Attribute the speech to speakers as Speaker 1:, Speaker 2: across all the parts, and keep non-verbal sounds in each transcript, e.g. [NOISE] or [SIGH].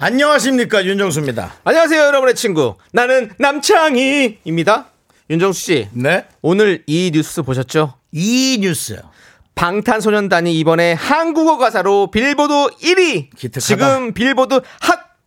Speaker 1: 안녕하십니까 윤정수입니다.
Speaker 2: 안녕하세요, 여러분의 친구. 나는 남창희입니다. 윤정수 씨,
Speaker 1: 네.
Speaker 2: 오늘 이 뉴스 보셨죠?
Speaker 1: 이 뉴스
Speaker 2: 방탄소년단이 이번에 한국어 가사로 빌보드 1위.
Speaker 1: 기특하다.
Speaker 2: 지금 빌보드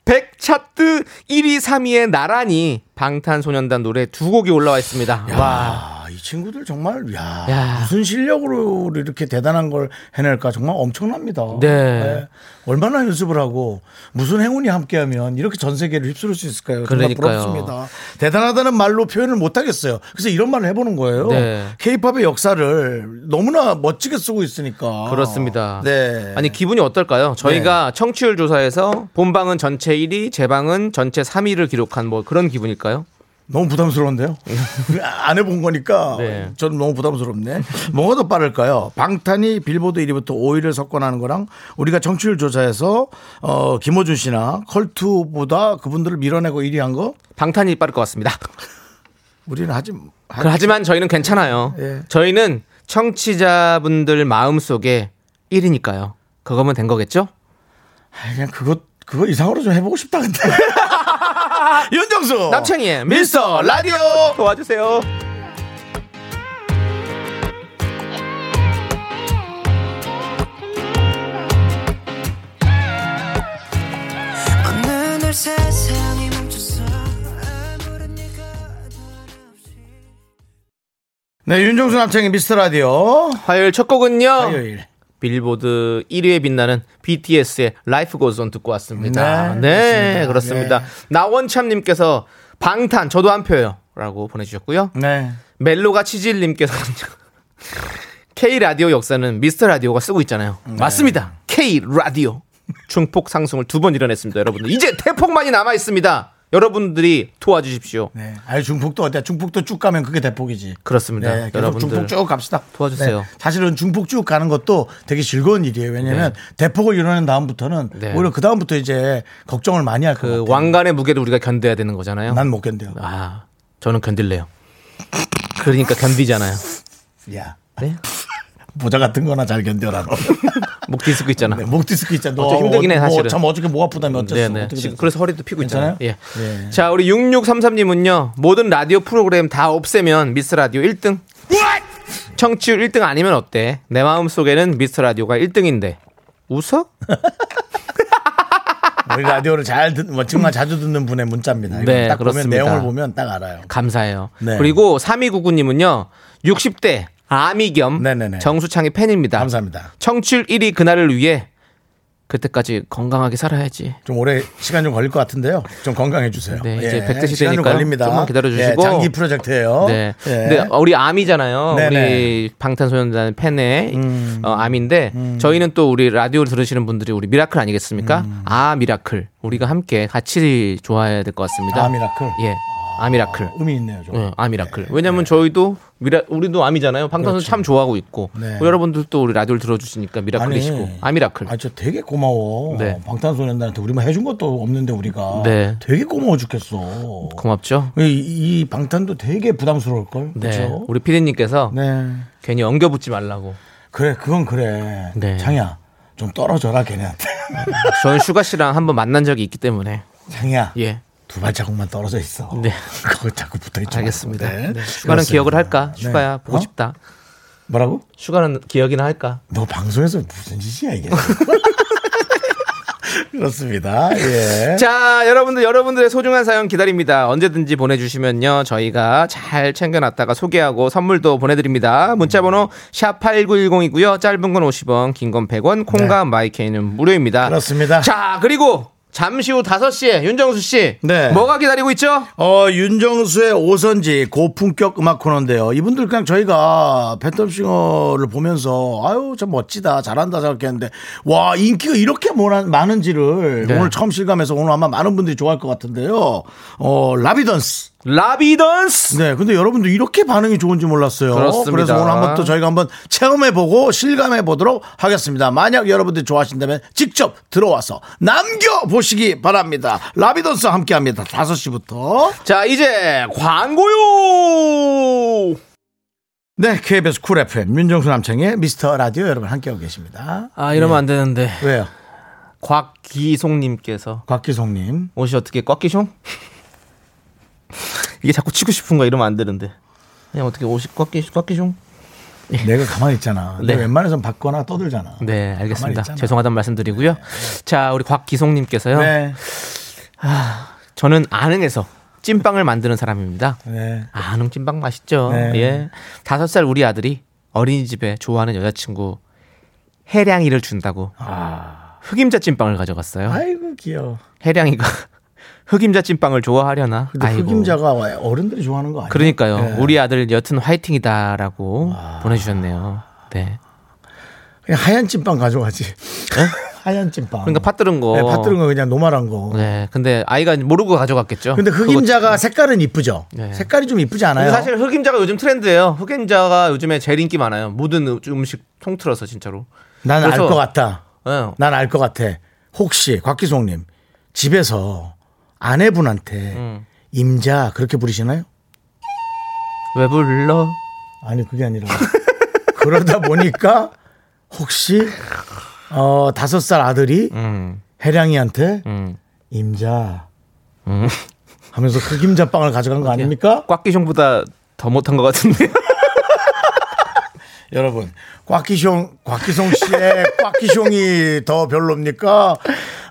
Speaker 2: 핫100 차트 1위, 3위에 나란히 방탄소년단 노래 두 곡이 올라와 있습니다. 와.
Speaker 1: 아, 이 친구들 정말 야,
Speaker 2: 야.
Speaker 1: 무슨 실력으로 이렇게 대단한 걸 해낼까 정말 엄청납니다. 예.
Speaker 2: 네.
Speaker 1: 얼마나 연습을 하고 무슨 행운이 함께하면 이렇게 전 세계를 휩쓸 수 있을까요? 정말
Speaker 2: 그러니까요.
Speaker 1: 부럽습니다. 대단하다는 말로 표현을 못 하겠어요. 그래서 이런 말을 해보는 거예요.
Speaker 2: 네.
Speaker 1: 케이팝의 역사를 너무나 멋지게 쓰고 있으니까
Speaker 2: 그렇습니다.
Speaker 1: 네.
Speaker 2: 아니 기분이 어떨까요? 저희가 청취율 조사에서 본방은 전체 1위, 재방은 전체 3위를 기록한 뭐 그런 기분일까요?
Speaker 1: 너무 [LAUGHS] 부담스러운데요? 안 해본 거니까
Speaker 2: 네.
Speaker 1: 저는 너무 부담스럽네. 뭐가 더 빠를까요? 방탄이 빌보드 1위부터 5위를 석권하는 거랑 우리가 정치율 조사에서 어, 김호준 씨나 컬투보다 그분들을 밀어내고 1위 한 거?
Speaker 2: 방탄이 빠를 것 같습니다.
Speaker 1: 우리는 하지 하-
Speaker 2: 그 하지만 저희는 괜찮아요.
Speaker 1: 예.
Speaker 2: 저희는 청취자분들 마음속에 1위니까요. 그거면 된 거겠죠?
Speaker 1: 아, 그냥 그거 그거 이상으로 좀 해보고 싶다 근데. [LAUGHS] 윤정수
Speaker 2: 남창희의 어. 미스터 라디오 도와주세요.
Speaker 3: 없는 날 세상이 멈췄어 아무런 얘기가
Speaker 1: 네 윤정수 남창희 미스터 라디오
Speaker 2: 화요일 첫 곡은요.
Speaker 1: 화요일
Speaker 2: 빌보드 1위에 빛나는 BTS의 Life Goes On 듣고 왔습니다.
Speaker 1: 네,
Speaker 2: 네,
Speaker 1: 그렇습니다.
Speaker 2: 그렇습니다.
Speaker 1: 네.
Speaker 2: 나원참님께서 방탄 저도 한 표요. 라고 보내주셨고요.
Speaker 1: 네
Speaker 2: 멜로가 치질님께서 [LAUGHS] K 라디오 역사는 미스터 라디오가 쓰고 있잖아요.
Speaker 1: 음, 네.
Speaker 2: 맞습니다. K 라디오 중폭 상승을 두 번 이뤄냈습니다. 여러분들 이제 대폭만이 남아 있습니다. 여러분들이 도와주십시오.
Speaker 1: 네. 아유 중폭도 어때? 중폭도 쭉 가면 그게 대폭이지.
Speaker 2: 그렇습니다.
Speaker 1: 네, 계속
Speaker 2: 여러분들
Speaker 1: 중폭 쭉 갑시다.
Speaker 2: 도와주세요.
Speaker 1: 네, 사실은 중폭 쭉 가는 것도 되게 즐거운 일이에요. 왜냐하면 대폭을 이뤄낸 다음부터는
Speaker 2: 네.
Speaker 1: 오히려 그 다음부터 이제 걱정을 많이 할 것
Speaker 2: 그
Speaker 1: 같아요.
Speaker 2: 왕관의 무게를 우리가 견뎌야 되는 거잖아요.
Speaker 1: 난 못 견뎌요.
Speaker 2: 아, 저는 견딜래요. 그러니까 견디잖아요.
Speaker 1: 야
Speaker 2: 네?
Speaker 1: [LAUGHS] 모자 같은 거나 잘 견뎌라.
Speaker 2: [LAUGHS]
Speaker 1: 너.
Speaker 2: 목 디스크 있잖아.
Speaker 1: 네, 목 디스크 있잖아. 너
Speaker 2: 어째 힘들긴 해,
Speaker 1: 뭐,
Speaker 2: 사실은.
Speaker 1: 참 어저께 목 아프다면 어쩔 수
Speaker 2: 네네.
Speaker 1: 없어.
Speaker 2: 지금 그래서 허리도 피고 있잖아요.
Speaker 1: 괜찮아요?
Speaker 2: 예.
Speaker 1: 예.
Speaker 2: 자, 우리 6633님은요. 모든 라디오 프로그램 다 없애면 미스 라디오 1등. 청취율 1등 아니면 어때? 내 마음 속에는 미스 라디오가 1등인데. 웃어?
Speaker 1: 우리 라디오를 잘 듣, 뭐 정말 자주 듣는 분의 문자입니다. 이거
Speaker 2: 네,
Speaker 1: 딱 보면
Speaker 2: 그렇습니다.
Speaker 1: 내용을 보면 딱 알아요.
Speaker 2: 감사해요.
Speaker 1: 네.
Speaker 2: 그리고 3299님은요. 60대 아미 겸
Speaker 1: 네네네.
Speaker 2: 정수창의 팬입니다.
Speaker 1: 감사합니다.
Speaker 2: 청취율 1위 그날을 위해 그때까지 건강하게 살아야지.
Speaker 1: 좀 오래 시간 좀 걸릴 것 같은데요. 좀 건강해 주세요. 예,
Speaker 2: 네, 이제 100대
Speaker 1: 시간 좀
Speaker 2: 시대니까요.
Speaker 1: 걸립니다.
Speaker 2: 좀만 기다려주시고.
Speaker 1: 예, 장기 프로젝트예요.
Speaker 2: 네.
Speaker 1: 예.
Speaker 2: 근데 우리 아미잖아요.
Speaker 1: 네네. 음.
Speaker 2: 우리 방탄소년단 팬의 어, 아미인데 저희는 또 우리 라디오를 들으시는 분들이 우리 미라클 아니겠습니까?
Speaker 1: 음.
Speaker 2: 아 미라클 우리가 함께 같이 좋아해야 될 것 같습니다.
Speaker 1: 아, 미라클?
Speaker 2: 예, 아 미라클.
Speaker 1: 의미 있네요. 네. 좀.
Speaker 2: 예, 아 미라클. 왜냐면 저희도 미라 우리도 아미잖아요. 방탄소년 참 좋아하고 있고 뭐
Speaker 1: 네.
Speaker 2: 여러분들도 우리 라디오를 들어주시니까 미라클이시고 아 미라클.
Speaker 1: 아, 저 되게 고마워.
Speaker 2: 네.
Speaker 1: 방탄소년단한테 우리만 해준 것도 없는데 우리가
Speaker 2: 네.
Speaker 1: 되게 고마워 죽겠어.
Speaker 2: 고맙죠.
Speaker 1: 이, 이 방탄도 되게 부담스러울 걸.
Speaker 2: 네,
Speaker 1: 그렇죠?
Speaker 2: 우리 피디님께서
Speaker 1: 네.
Speaker 2: 괜히 엉겨붙지 말라고.
Speaker 1: 그래, 그건 그래.
Speaker 2: 네.
Speaker 1: 장이야. 좀 떨어져라
Speaker 2: [LAUGHS]
Speaker 1: 걔네한테.
Speaker 2: 저는 슈가 씨랑 한번 만난 적이 있기 때문에
Speaker 1: 장이야.
Speaker 2: 예.
Speaker 1: 두 발자국만 떨어져 있어.
Speaker 2: 네.
Speaker 1: 그거 자꾸 붙어 있지.
Speaker 2: 알겠습니다.
Speaker 1: 말고.
Speaker 2: 네. 슈가는 기억을
Speaker 1: 그렇습니다.
Speaker 2: 할까?
Speaker 1: 네.
Speaker 2: 슈가야 보고
Speaker 1: 어?
Speaker 2: 싶다.
Speaker 1: 뭐라고?
Speaker 2: 슈가는 기억이나 할까?
Speaker 1: 너 방송에서 무슨 짓이야
Speaker 2: [LAUGHS]
Speaker 1: 이게? 그렇습니다. 예.
Speaker 2: 자, 여러분들 여러분들의 소중한 사연 기다립니다. 언제든지 보내주시면요 저희가 잘 챙겨놨다가 소개하고 선물도 보내드립니다. 문자번호 샵 #8910이고요. 짧은 건 50원, 긴 건 100원, 콩과 마이케이는 무료입니다.
Speaker 1: 네. 그렇습니다.
Speaker 2: 자, 그리고 잠시 후 5시에 윤정수 씨.
Speaker 1: 네.
Speaker 2: 뭐가 기다리고 있죠?
Speaker 1: 어, 윤정수의 오선지 고품격 음악 코너인데요. 이분들 그냥 저희가 팬텀싱어를 보면서 아유, 참 멋지다. 잘한다 생각했는데 와, 인기가 이렇게 모나- 많은지를
Speaker 2: 네.
Speaker 1: 오늘 처음 실감해서 오늘 아마 많은 분들이 좋아할 것 같은데요. 어, 라비던스.
Speaker 2: 라비던스!
Speaker 1: 네, 근데 여러분들 이렇게 반응이 좋은지 몰랐어요.
Speaker 2: 그렇습니다.
Speaker 1: 래서 오늘 한번 또 저희가 한번 체험해보고 실감해보도록 하겠습니다. 만약 여러분들이 좋아하신다면 직접 들어와서 남겨보시기 바랍니다. 라비던스 함께 합니다. 5시부터.
Speaker 2: 자, 이제 광고요!
Speaker 1: 네, KBS 쿨 FM 윤정수 남창의 미스터 라디오 여러분 함께하고 계십니다.
Speaker 2: 아, 이러면 안 되는데.
Speaker 1: 왜요?
Speaker 2: 곽기송님께서.
Speaker 1: 곽기성님
Speaker 2: 옷이 어떻게 꺾기숑? [LAUGHS] 이게 자꾸 치고 싶은 거야. 이러면 안 되는데. 그냥 어떻게 옷이 꺾기, 꺾기숑?
Speaker 1: 내가 가만히 있잖아.
Speaker 2: 예. 네.
Speaker 1: 내가 웬만해선 받거나 떠들잖아.
Speaker 2: 네,
Speaker 1: 가만히
Speaker 2: 알겠습니다.
Speaker 1: 있잖아.
Speaker 2: 죄송하다는 말씀 드리고요. 자, 우리 곽기송님께서요.
Speaker 1: 네,
Speaker 2: 저는 안흥에서 찐빵을 만드는 사람입니다.
Speaker 1: 네.
Speaker 2: 안흥 찐빵 맛있죠.
Speaker 1: 네.
Speaker 2: 예. 다섯 살 우리 아들이 어린이집에 좋아하는 여자친구 해량이를 준다고 흑임자 찐빵을 가져갔어요.
Speaker 1: 아. 아이고 귀여워.
Speaker 2: 해량이가 [LAUGHS] 흑임자 찐빵을 좋아하려나?
Speaker 1: 근데
Speaker 2: 아이고.
Speaker 1: 흑임자가 와- 어른들이 좋아하는 거 아니야?
Speaker 2: 그러니까요.
Speaker 1: 네.
Speaker 2: 우리 아들 여튼 화이팅이다라고 보내주셨네요. 네.
Speaker 1: 그냥 하얀 찐빵 가져가지. [LAUGHS] 하얀 찐빵.
Speaker 2: 그러니까 팥들은 거.
Speaker 1: 네, 팥들은 거 그냥 노말한 거.
Speaker 2: 네. 근데 아이가 모르고 가져갔겠죠.
Speaker 1: 근데
Speaker 2: 그거-
Speaker 1: 흑임자가 색깔은 이쁘죠.
Speaker 2: 네.
Speaker 1: 색깔이 좀 이쁘지
Speaker 2: 근데
Speaker 1: 않아요?
Speaker 2: 사실 흑임자가 요즘 트렌드예요. 흑임자가 요즘에 제일 인기 많아요. 모든 음- 음식 통틀어서 진짜로.
Speaker 1: 난 알
Speaker 2: 그래서-
Speaker 1: 것 같다.
Speaker 2: 예.
Speaker 1: 난 알 것 같아. 혹시 곽기송님 집에서 아내분한테
Speaker 2: 음.
Speaker 1: 임자 그렇게 부르시나요?
Speaker 2: 왜 불러?
Speaker 1: 아니 그게 아니라 [LAUGHS] 그러다 보니까 혹시 어 다섯 살 아들이
Speaker 2: 음,
Speaker 1: 해량이한테
Speaker 2: 음.
Speaker 1: 임자 하면서 그 김자빵을 가져간 거 아닙니까?
Speaker 2: 꽉기숑보다 더 못한 것 같은데.
Speaker 1: [LAUGHS] 여러분 꽉기숑 곽기송 씨의
Speaker 2: [LAUGHS]
Speaker 1: 꽉기숑이 더 별로입니까?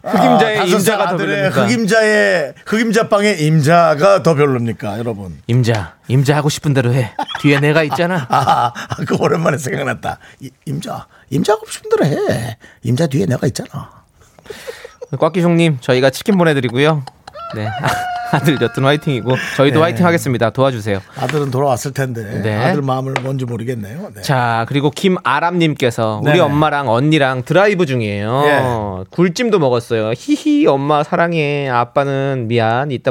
Speaker 1: 아,
Speaker 2: 흑임자의
Speaker 1: 다섯 살
Speaker 2: 임자가 더
Speaker 1: 아들의
Speaker 2: 별로입니까?
Speaker 1: 흑임자의 흑임자빵의 임자가 더 별로입니까, 여러분?
Speaker 2: 임자, 임자 하고 싶은 대로 해. 뒤에 내가 있잖아.
Speaker 1: 아, 그 오랜만에 생각났다. 이- 임자, 임자가 힘들어 해. 임자 뒤에 내가 있잖아.
Speaker 2: 꽉기숑님, 저희가 치킨 보내드리고요. 네. 아들 여튼 화이팅이고 저희도
Speaker 1: 네.
Speaker 2: 화이팅 하겠습니다. 도와주세요.
Speaker 1: 아들은 돌아왔을 텐데
Speaker 2: 네.
Speaker 1: 아들 마음을 뭔지 모르겠네요. 네.
Speaker 2: 자 그리고 김아람님께서 우리
Speaker 1: 네네.
Speaker 2: 엄마랑 언니랑 드라이브 중이에요.
Speaker 1: 예.
Speaker 2: 굴찜도 먹었어요. 히히 엄마 사랑해. 아빠는 미안. 이따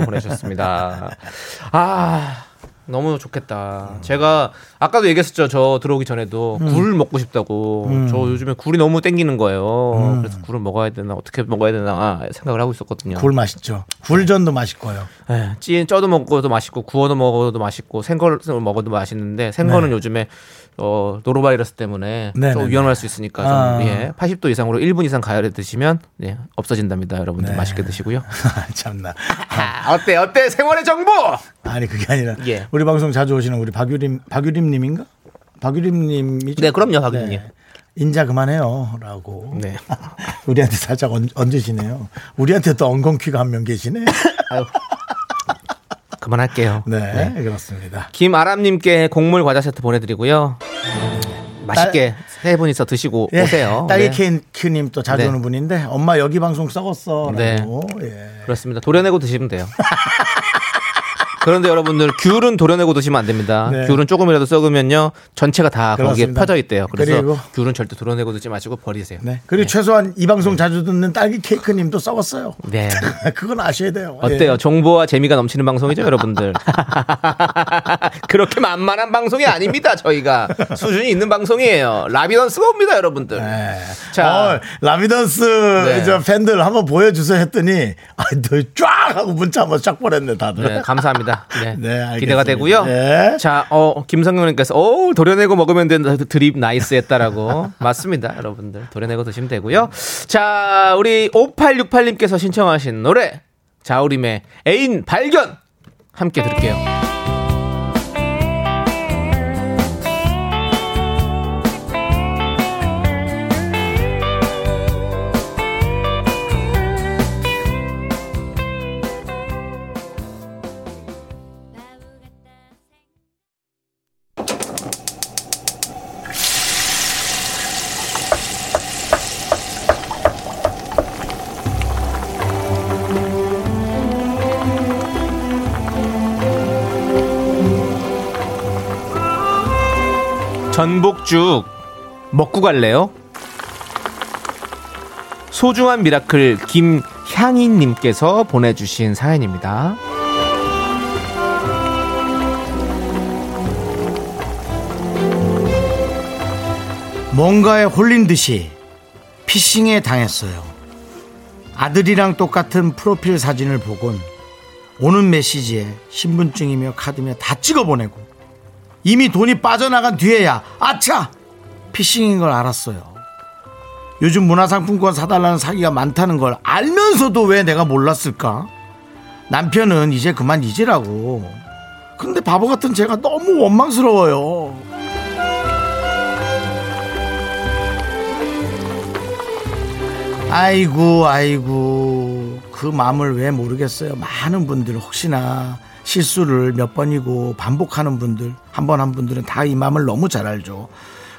Speaker 1: [LAUGHS]
Speaker 2: 보내셨습니다. 아 너무 좋겠다.
Speaker 1: 음.
Speaker 2: 제가 아까도 얘기했었죠. 저 들어오기 전에도 굴 먹고 싶다고.
Speaker 1: 음.
Speaker 2: 저 요즘에 굴이 너무 땡기는 거예요. 그래서 굴을 먹어야 되나 어떻게 먹어야 되나 생각을 하고 있었거든요.
Speaker 1: 굴 맛있죠. 굴전도 맛있고요. [LAUGHS]
Speaker 2: 예, 찌 쪄도 먹어도 맛있고 구워도 먹어도 맛있고 생걸 먹어도 맛있는데 생거는 요즘에 어, 노로바이러스 때문에
Speaker 1: 네,
Speaker 2: 좀
Speaker 1: 네,
Speaker 2: 위험할 수 있으니까 좀,
Speaker 1: 아.
Speaker 2: 예, 80도 이상으로 1분 이상 가열해 드시면 예, 없어진답니다. 여러분들
Speaker 1: 네.
Speaker 2: 맛있게 드시고요.
Speaker 1: 참나.
Speaker 2: 아, 어때 어때 생활의 정보.
Speaker 1: 아니 그게 아니라
Speaker 2: 예.
Speaker 1: 우리 방송 자주 오시는 우리 박유림 박유림님인가? 박유림님이죠.
Speaker 2: 네, 그럼요, 박유림 님.
Speaker 1: 인자 그만해요라고.
Speaker 2: 네.
Speaker 1: [LAUGHS] 우리한테 살짝 얹, 얹으시네요. 우리한테 또 엉겅퀴가 한 명
Speaker 2: [LAUGHS]
Speaker 1: 계시네.
Speaker 2: 아유. 그만할게요.
Speaker 1: 네, 그렇습니다.
Speaker 2: 김아람님께 곡물 과자 세트 보내드리고요. 맛있게 세 분이서 드시고
Speaker 1: 예,
Speaker 2: 오세요.
Speaker 1: 딸기
Speaker 2: 네.
Speaker 1: 케이크님 또 자주
Speaker 2: 네.
Speaker 1: 오는 분인데 엄마 여기 방송 썩었어.
Speaker 2: 네.
Speaker 1: 라고. 예.
Speaker 2: 그렇습니다. 도려내고 드시면 돼요. [LAUGHS] 그런데 여러분들 귤은 도려내고 드시면 안 됩니다.
Speaker 1: 네.
Speaker 2: 귤은 조금이라도 썩으면요 전체가 다 거기에
Speaker 1: 그렇습니다.
Speaker 2: 퍼져 있대요. 그래서
Speaker 1: 그리고-
Speaker 2: 귤은 절대 도려내고 드지 마시고 버리세요.
Speaker 1: 네. 그리고 최소한 이 방송 자주 듣는 딸기 케이크님도 썩었어요. [LAUGHS]
Speaker 2: 네.
Speaker 1: 그건 아셔야 돼요.
Speaker 2: 어때요? 정보와 재미가 넘치는 방송이죠, 여러분들. [LAUGHS] 그렇게 만만한 방송이 아닙니다. 저희가 수준이 있는 방송이에요. 라비던스가 옵니다, 여러분들.
Speaker 1: 자,
Speaker 2: 자.
Speaker 1: 네. 어, 라미던스
Speaker 2: 네.
Speaker 1: 저 팬들 한번 보여주세요 했더니 아, 너쫙 하고 문자 한번 쫙 보냈네 다들.
Speaker 2: 네, 감사합니다. 네.
Speaker 1: [LAUGHS] 네, 알겠습니다.
Speaker 2: 기대가 되고요.
Speaker 1: 네.
Speaker 2: 자, 어, 김성경님께서 어, 도려내고 먹으면 된다. 드립 나이스했다라고. [LAUGHS] 맞습니다, 여러분들. 도려내고 드시면 되고요. 자, 우리 5868님께서 신청하신 노래 자우림의 애인 발견 함께 들을게요. 전복죽 먹고 갈래요? 소중한 미라클 김향인님께서 보내주신 사연입니다.
Speaker 1: 뭔가에 홀린 듯이 피싱에 당했어요. 아들이랑 똑같은 프로필 사진을 보곤 오는 메시지에 신분증이며 카드며 다 찍어 보내고 이미 돈이 빠져나간 뒤에야 아차! 피싱인 걸 알았어요. 요즘 문화상품권 사달라는 사기가 많다는 걸 알면서도 왜 내가 몰랐을까? 남편은 이제 그만 잊으라고. 근데 바보 같은 제가 너무 원망스러워요. 아이고 아이고 그 마음을 왜 모르겠어요 많은 분들 혹시나 실수를 몇 번이고 반복하는 분들 한 번 한 분들은 다 이 마음을 너무 잘 알죠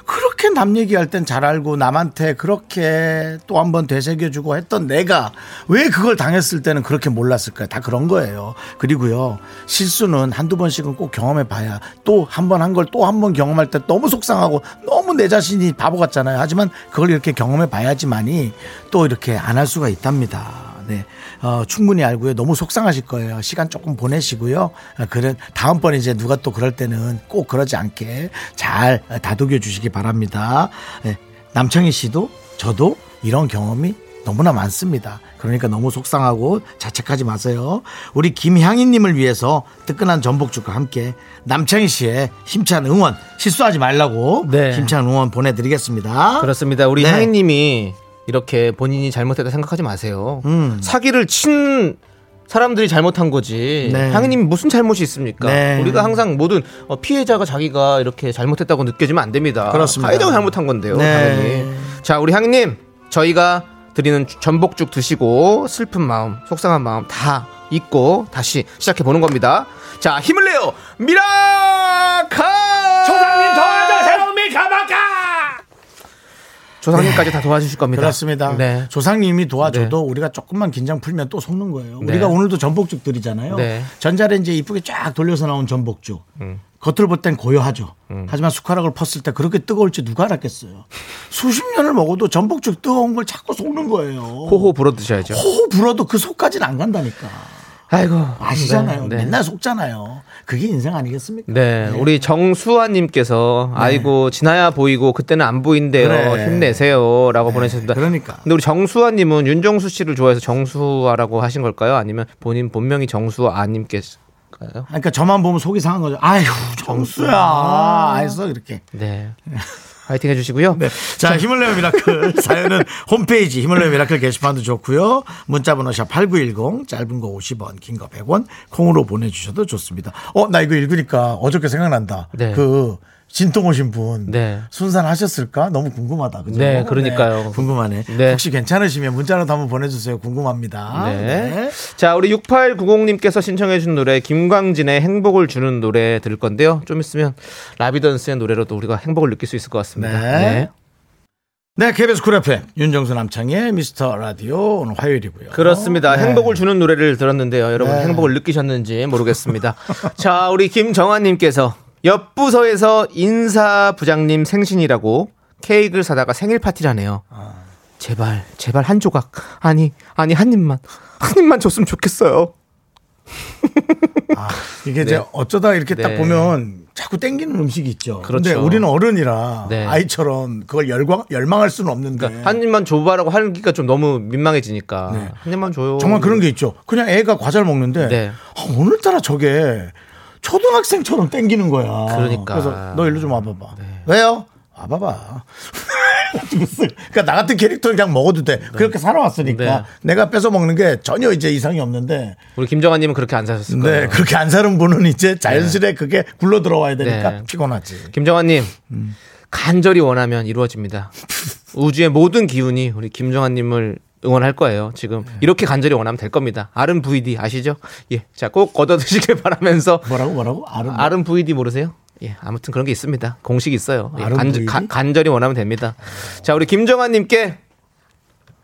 Speaker 1: 그렇게 남 얘기할 땐 잘 알고 남한테 그렇게 또 한 번 되새겨주고 했던 내가 왜 그걸 당했을 때는 그렇게 몰랐을까요 다 그런 거예요 그리고요 실수는 한두 번씩은 꼭 경험해 봐야 또 한 번 한 걸 또 한 번 경험할 때 너무 속상하고 너무 내 자신이 바보 같잖아요. 하지만 그걸 이렇게 경험해 봐야지만이 또 이렇게 안 할 수가 있답니다. 네. 어, 충분히 알고요. 너무 속상하실 거예요. 시간 조금 보내시고요. 아, 그래, 다음번에 이제 누가 또 그럴 때는 꼭 그러지 않게 잘 다독여 주시기 바랍니다. 네. 남창희 씨도 저도 이런 경험이 너무나 많습니다. 그러니까 너무 속상하고 자책하지 마세요. 우리 김향인님을 위해서 뜨끈한 전복죽과 함께 남창희 씨의 힘찬 응원 실수하지 말라고
Speaker 2: 네.
Speaker 1: 힘찬 응원 보내드리겠습니다.
Speaker 2: 그렇습니다. 우리
Speaker 1: 네.
Speaker 2: 향인님이 이렇게 본인이 잘못했다 생각하지 마세요.
Speaker 1: 음.
Speaker 2: 사기를 친 사람들이 잘못한 거지.
Speaker 1: 네.
Speaker 2: 향인님 무슨 잘못이 있습니까?
Speaker 1: 네.
Speaker 2: 우리가 항상 모든 어, 피해자가 자기가 이렇게 잘못했다고 느껴지면 안 됩니다.
Speaker 1: 그렇습니다.
Speaker 2: 가해자가 잘못한 건데요.
Speaker 1: 네.
Speaker 2: 당연히. 자, 우리 향인님 저희가 드리는 주- 전복죽 드시고 슬픈 마음, 속상한 마음 다 잊고 다시 시작해 보는 겁니다. 자, 힘을 내요. 미라카!
Speaker 4: 조상님 더하자 새로운 가마가
Speaker 2: 조상님까지 다 도와주실 겁니다.
Speaker 1: 그렇습니다.
Speaker 2: 네.
Speaker 1: 조상님이 도와줘도 우리가 조금만 긴장 풀면 또 속는 거예요. 우리가 오늘도 전복죽 드리잖아요.
Speaker 2: 네. 음.
Speaker 1: 전자레인지에 이쁘게 쫙 돌려서 나온 전복죽. 겉을 볼 땐 고요하죠. 하지만 숟가락을 펐을 때 그렇게 뜨거울지 누가 알았겠어요. 수십 년을 먹어도 전복죽 뜨거운 걸 자꾸 속는 거예요.
Speaker 2: 호호 불어 드셔야죠.
Speaker 1: 호호 불어도 그 속까지는 안 간다니까.
Speaker 2: 아이고
Speaker 1: 아시잖아요.
Speaker 2: 네, 네.
Speaker 1: 맨날 속잖아요. 그게 인생 아니겠습니까?
Speaker 2: 네, 우리 정수아님께서 아이고 지나야 보이고 그때는 안 보인대요.
Speaker 1: 네. 그래.
Speaker 2: 힘내세요라고 보내셨습니다.
Speaker 1: 그러니까.
Speaker 2: 근데 우리 정수아님은 윤정수 씨를 좋아해서 정수아라고 하신 걸까요? 아니면 본인 본명이 정수아님께서요?
Speaker 1: 그러니까 저만 보면 속이 상한 거죠. 아휴, 정수야. 알았어, 이렇게. [LAUGHS]
Speaker 2: 네, 파이팅 해주시고요.
Speaker 1: 네. 자, 힘을 내요
Speaker 2: [LAUGHS]
Speaker 1: 미라클. 사연은 홈페이지 힘을 내요 미라클 게시판도 좋고요. 문자번호 샵8910, 짧은 거 50원, 긴 거 100원, 콩으로 보내주셔도 좋습니다. 어, 나 이거 읽으니까 어저께 생각난다.
Speaker 2: 네.
Speaker 1: 그, 진통 오신 분.
Speaker 2: 네.
Speaker 1: 순산하셨을까? 너무 궁금하다. 그죠?
Speaker 2: 네, 그러니까요.
Speaker 1: 궁금하네.
Speaker 2: 네.
Speaker 1: 혹시 괜찮으시면 문자라도 한번 보내주세요. 궁금합니다.
Speaker 2: 네. 자, 우리 6890님께서 신청해준 노래 김광진의 행복을 주는 노래 들을 건데요. 좀 있으면 라비던스의 노래로도 우리가 행복을 느낄 수 있을 것 같습니다.
Speaker 1: 네. 네, KBS 쿨 FM 윤정수 남창의 미스터 라디오 오늘 화요일이고요.
Speaker 2: 그렇습니다.
Speaker 1: 네.
Speaker 2: 행복을 주는 노래를 들었는데요. 여러분
Speaker 1: 네.
Speaker 2: 행복을 느끼셨는지 모르겠습니다. [LAUGHS] 자, 우리 김정환님께서 옆 부서에서 인사 부장님 생신이라고 케이크를 사다가 생일 파티라네요.
Speaker 1: 아.
Speaker 2: 제발, 제발 한 조각. 아니, 아니 한 입만, 한 입만 줬으면 좋겠어요.
Speaker 1: 이게 이제
Speaker 2: 네.
Speaker 1: 어쩌다 이렇게
Speaker 2: 네.
Speaker 1: 딱 보면 자꾸 땡기는 음식이 있죠. 그
Speaker 2: 그렇죠.
Speaker 1: 근데 우리는 어른이라
Speaker 2: 네.
Speaker 1: 아이처럼 그걸 열광, 열망할 수는 없는데
Speaker 2: 그러니까 한 입만 줘봐라고 하기가 좀 너무 민망해지니까
Speaker 1: 네.
Speaker 2: 한 입만 줘요.
Speaker 1: 정말 그런 게 있죠. 그냥 애가 과자를 먹는데
Speaker 2: 네.
Speaker 1: 아, 오늘따라 저게 초등학생처럼 땡기는 거야.
Speaker 2: 그러니까. 네.
Speaker 1: 래서너 일로 좀 와봐봐. 왜요? 와봐봐. [LAUGHS] 그러니까 나 같은 캐릭터는 그냥 먹어도 돼. 그렇게 살아왔으니까
Speaker 2: 네.
Speaker 1: 내가 뺏어 먹는 게 전혀 이제 이상이 없는데
Speaker 2: 우리 김정환님은 그렇게 안 사셨을
Speaker 1: 네,
Speaker 2: 거예요.
Speaker 1: 그렇게 안 사는 분은 이제 자연스레 그게 굴러 들어와야 되니까
Speaker 2: 네.
Speaker 1: 피곤하지.
Speaker 2: 김정환님
Speaker 1: 음.
Speaker 2: 간절히
Speaker 1: [LAUGHS]
Speaker 2: 원하면 이루어집니다. 우주의 모든 기운이 우리 김정환님을 응원할 거예요. 지금
Speaker 1: 네.
Speaker 2: 이렇게 간절히 원하면 될 겁니다. 아름 VD 아시죠? 예, 자꼭 얻어 드시길 [LAUGHS] 바라면서
Speaker 1: 뭐라고 뭐라고? 아름
Speaker 2: 아름 VD 모르세요? 예, 아무튼 그런 게 있습니다. 공식 이 있어요. 예,
Speaker 1: 아름
Speaker 2: 간,
Speaker 1: VD?
Speaker 2: 가- 간절히 원하면 됩니다. 자, 우리 김정환님께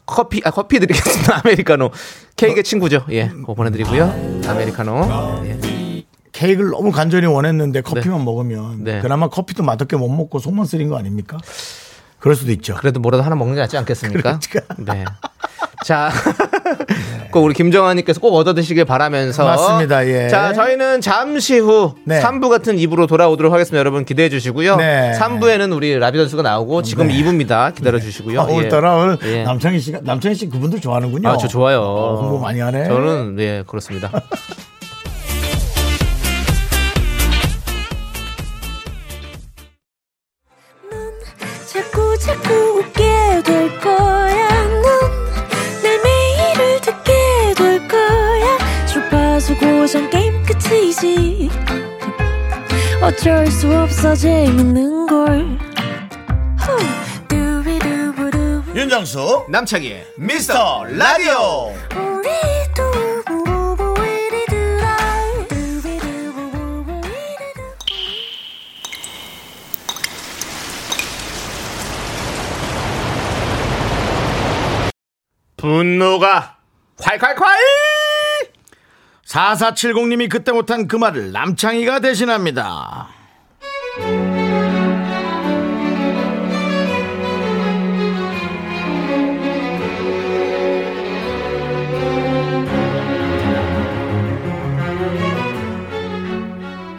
Speaker 2: 커피 [LAUGHS] 아 커피
Speaker 1: 어.
Speaker 2: 드리겠습니다. 아메리카노 케이크의 친구죠. 예, 그거 보내드리고요. 아메리카노. 예.
Speaker 1: 케이크를 너무 간절히 원했는데 커피만 먹으면
Speaker 2: 네.
Speaker 1: 그나마 커피도 맛없게 못 먹고 속만 쓰린 거 아닙니까? 그럴 수도 있죠.
Speaker 2: 그래도 뭐라도 하나 먹는 게 낫지
Speaker 1: [LAUGHS]
Speaker 2: 않겠습니까?
Speaker 1: 그러니까.
Speaker 2: 네. 자, [LAUGHS] 꼭 우리 김정아님께서 꼭 얻어 드시길 바라면서.
Speaker 1: 맞습니다, 예.
Speaker 2: 자, 저희는 잠시 후
Speaker 1: 네.
Speaker 2: 3부 같은 2부로 돌아오도록 하겠습니다. 여러분 기대해 주시고요.
Speaker 1: 네.
Speaker 2: 3부에는 우리 라비 선수가 나오고 지금 2부입니다. 기다려 주시고요.
Speaker 1: 아, 오늘따라 오늘
Speaker 2: 예.
Speaker 1: 남창희 씨가 남창희 씨 그분들 좋아하는군요.
Speaker 2: 아, 저 좋아요.
Speaker 1: 어, 홍보 많이 하네.
Speaker 2: 저는 예,
Speaker 1: [LAUGHS]
Speaker 2: 그렇습니다.
Speaker 5: 자꾸 자꾸 웃게 될 거야. 넌내 매일을 듣게 될 거야. 주파수 고정 게임 끝이지. 어쩔 수 없어 재밌는 걸. 후. 두비두부두.
Speaker 1: 윤정수
Speaker 2: 남창희의
Speaker 1: 미스터 라디오.
Speaker 5: 우리 두부부부 우리 두라. 두비두부부부 우리 두라.
Speaker 2: 분노가 콸콸콸!
Speaker 1: 4470님이 그때 못한 그 말을 남창희가 대신합니다.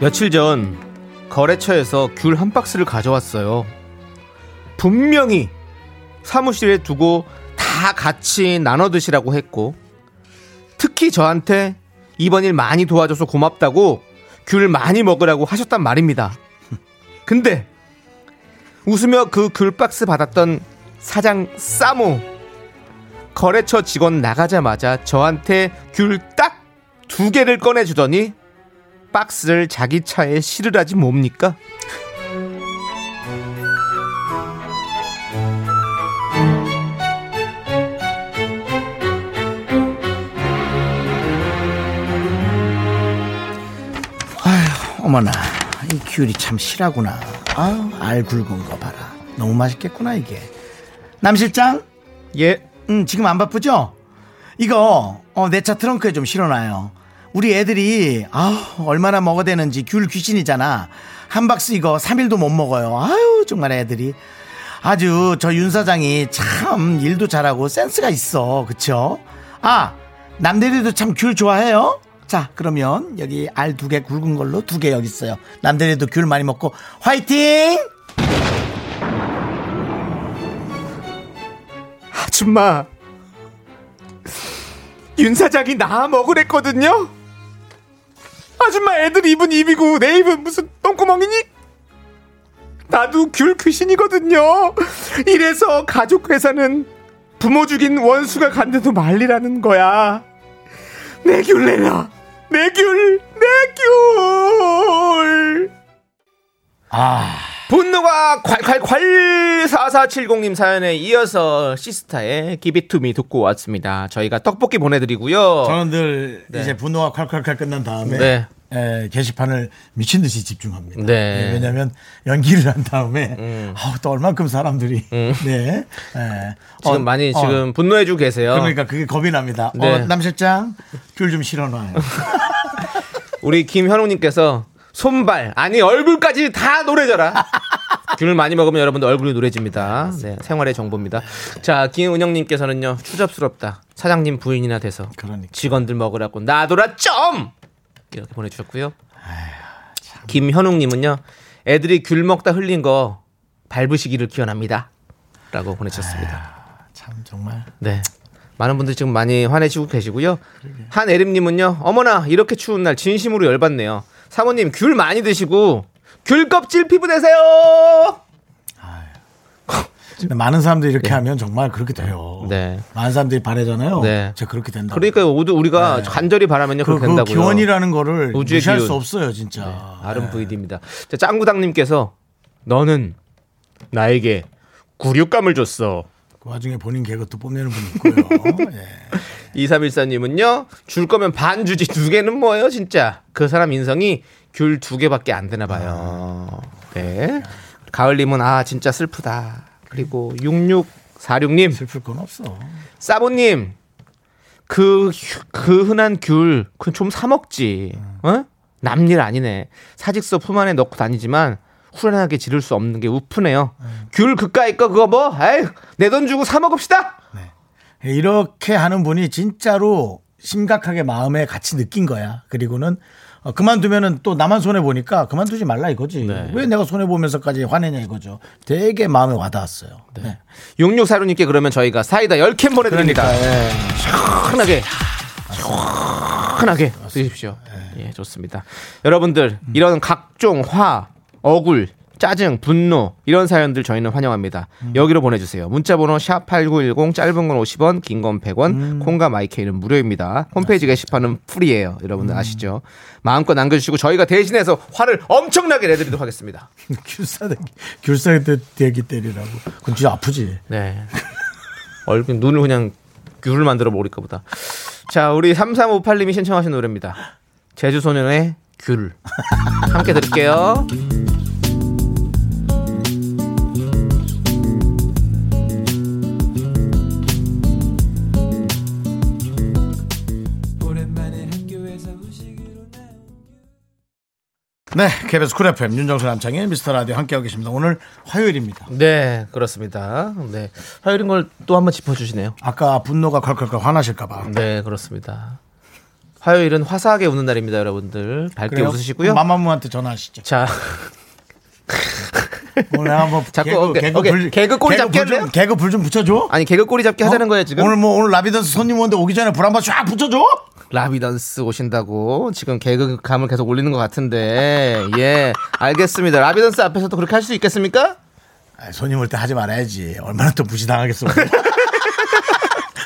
Speaker 2: 며칠 전 거래처에서 귤 한 박스를 가져왔어요. 분명히 사무실에 두고 다 같이 나눠 드시라고 했고 특히 저한테 이번 일 많이 도와줘서 고맙다고 귤 많이 먹으라고 하셨단 말입니다. 근데 웃으며 그 귤 박스 받았던 사장 싸모 거래처 직원 나가자마자 저한테 귤 딱 두 개를 꺼내주더니 박스를 자기 차에 실으라지 뭡니까?
Speaker 1: 어머나 이 귤이 참 실하구나. 아유 알 굵은 거 봐라. 너무 맛있겠구나 이게. 남 실장,
Speaker 2: 예.
Speaker 1: 음 지금 안 바쁘죠? 이거 어, 내 차 트렁크에 좀 실어놔요. 우리 애들이 아 얼마나 먹어대는지 귤 귀신이잖아. 한 박스 이거 3일도 못 먹어요. 아유 정말 애들이 아주 저 윤 사장이 참 일도 잘하고 센스가 있어. 그쵸? 아 남대리도 참 귤 좋아해요. 자 그러면 여기 알 두 개 굵은 걸로 두 개 여기 있어요. 남대리도 귤 많이 먹고 화이팅!
Speaker 2: 아줌마. 윤 사장이 나 먹으랬거든요? 아줌마 애들 입은 입이고 내 입은 무슨 똥구멍이니? 나도 귤 귀신이거든요. 이래서 가족 회사는 부모 죽인 원수가 간데도 말리라는 거야. 내 귤 내놔. 내 귤, 내 귤.
Speaker 1: 아.
Speaker 2: 분노가 콸콸콸 4470님 사연에 이어서 시스타의 기비투미 듣고 왔습니다. 저희가 떡볶이 보내드리고요.
Speaker 1: 저는 늘
Speaker 2: 네.
Speaker 1: 이제 분노가 콸콸콸 끝난 다음에
Speaker 2: 네.
Speaker 1: 에, 게시판을 미친 듯이 집중합니다. 예,
Speaker 2: 네.
Speaker 1: 왜냐하면 연기를 한 다음에 아우, 또 얼만큼 사람들이 네 에,
Speaker 2: 음. 지금
Speaker 1: 어,
Speaker 2: 많이
Speaker 1: 어,
Speaker 2: 지금 분노해주고 계세요.
Speaker 1: 그러니까 그게 겁이 납니다.
Speaker 2: 네.
Speaker 1: 어, 남실장 귤 좀
Speaker 2: [LAUGHS]
Speaker 1: 실어놔요.
Speaker 2: 우리 김현웅님께서 손발 아니 얼굴까지 다 노래져라. 귤 많이 먹으면 여러분들 얼굴이 노래집니다. 네, 생활의 정보입니다. 자, 김은영님께서는요 추잡스럽다. 사장님 부인이나 돼서
Speaker 1: 그러니까.
Speaker 2: 직원들 먹으라고 나돌아 점 이렇게 보내주셨고요. 김현웅님은요 애들이 귤 먹다 흘린 거 밟으시기를 기원합니다.라고 보내주셨습니다.
Speaker 1: 참 정말
Speaker 2: 네. 많은 분들 지금 많이 화내시고 계시고요. 한애림님은요, 어머나, 이렇게 추운 날 진심으로 열받네요. 사모님, 귤 많이 드시고, 귤 껍질 피부 되세요!
Speaker 1: 근데 많은 사람들이 이렇게 하면 정말 그렇게 돼요.
Speaker 2: 네.
Speaker 1: 많은 사람들이 바래잖아요.
Speaker 2: 네.
Speaker 1: 저 그렇게 된다.
Speaker 2: 그러니까 모두 우리가 간절히 바라면요,
Speaker 1: 그,
Speaker 2: 그렇게
Speaker 1: 그
Speaker 2: 된다고요.
Speaker 1: 기원이라는 거를
Speaker 2: 우주의
Speaker 1: 무시할
Speaker 2: 기운.
Speaker 1: 수 없어요, 진짜. 예,
Speaker 2: 아름 부인입니다. 자, 짱구당님께서, 너는 나에게 굴육감을 줬어.
Speaker 1: 그 와중에 본인 개그도 뽐내는 분이
Speaker 2: [LAUGHS]
Speaker 1: 있고요. 예.
Speaker 2: 2314님은요, 줄 거면 반 주지, 두 개는 뭐예요, 진짜? 그 사람 인성이 귤 두 개밖에 안 되나 봐요. 네. 가을님은, 아, 진짜 슬프다. 그리고 6646님,
Speaker 1: 슬플 건 없어.
Speaker 2: 사보님, 그, 휴- 그 흔한 귤, 그 좀 사먹지. 어? 남일 아니네. 사직서 품 안에 넣고 다니지만 후련하게 지를 수 없는 게 우프네요. 귤 그까이 거 그거 뭐? 에이 내 돈 주고 사 먹읍시다.
Speaker 1: 예, 이렇게 하는 분이 진짜로 심각하게 마음에 같이 느낀 거야. 그리고는 어, 그만두면은 또 나만 손해 보니까 그만두지 말라 이거지.
Speaker 2: 네.
Speaker 1: 왜 내가 손해 보면서까지 화내냐 이거죠. 되게 마음에 와닿았어요. 네.
Speaker 2: 6646님께 그러면 저희가 사이다 10캔 보내드립니다.
Speaker 1: 네.
Speaker 2: 시원하게. 시원하게 드십시오. 예, 좋습니다. 여러분들, 이런 각종 화, 억울, 짜증, 분노, 이런 사연들 저희는 환영합니다. 여기로 보내주세요. 문자번호 샵8910, 짧은 건 50원, 긴 건 100원, 콩과 마이케이는 무료입니다. 음. 홈페이지 게시판은 프리예요. 여러분들 아시죠? 마음껏 남겨주시고 저희가 대신해서 화를 엄청나게 내드리도록 하겠습니다.
Speaker 1: [LAUGHS] 귤사대 귤사대 대기 때리라고. 그건 진짜 아프지.
Speaker 2: 네. 얼굴 눈을 그냥 귤을 만들어 먹을까 보다. 자, 우리 3358님이 신청하신 노래입니다. 제주 소년의 귤. 함께 들을게요.
Speaker 1: 네, KBS 쿨 FM 윤정수 남창의 미스터 라디오 함께하고 계십니다. 오늘 화요일입니다.
Speaker 2: 네, 그렇습니다. 네. 화요일인 걸 또 한번 짚어 주시네요.
Speaker 1: 아까 분노가 컬컬컬 화나실까봐.
Speaker 2: 네, 그렇습니다. 화요일은 화사하게 웃는 날입니다, 여러분들. 밝게 웃으시고요.
Speaker 1: 마마무한테 전화하시죠.
Speaker 2: 자,
Speaker 1: 오늘 한번
Speaker 2: 자꾸
Speaker 1: 개그
Speaker 2: 어깨,
Speaker 1: 개그
Speaker 2: 어깨,
Speaker 1: 불-
Speaker 2: 개그 꼬리
Speaker 1: 개그 불
Speaker 2: 잡겠네요?
Speaker 1: 좀- 개그 불 좀 붙여줘.
Speaker 2: 아니 개그 꼬리 잡기 하자는 거예요, 지금.
Speaker 1: 오늘 뭐 오늘 라비던스 손님 오는데 오기 전에 불 한번 쫙 붙여줘.
Speaker 2: 라비던스 오신다고 지금 개그감을 계속 올리는 것 같은데 예 알겠습니다 라비던스 앞에서도 그렇게 할 수 있겠습니까?
Speaker 1: 아, 손님 올 때 하지 말아야지. 얼마나 또 무시당하겠어. [LAUGHS]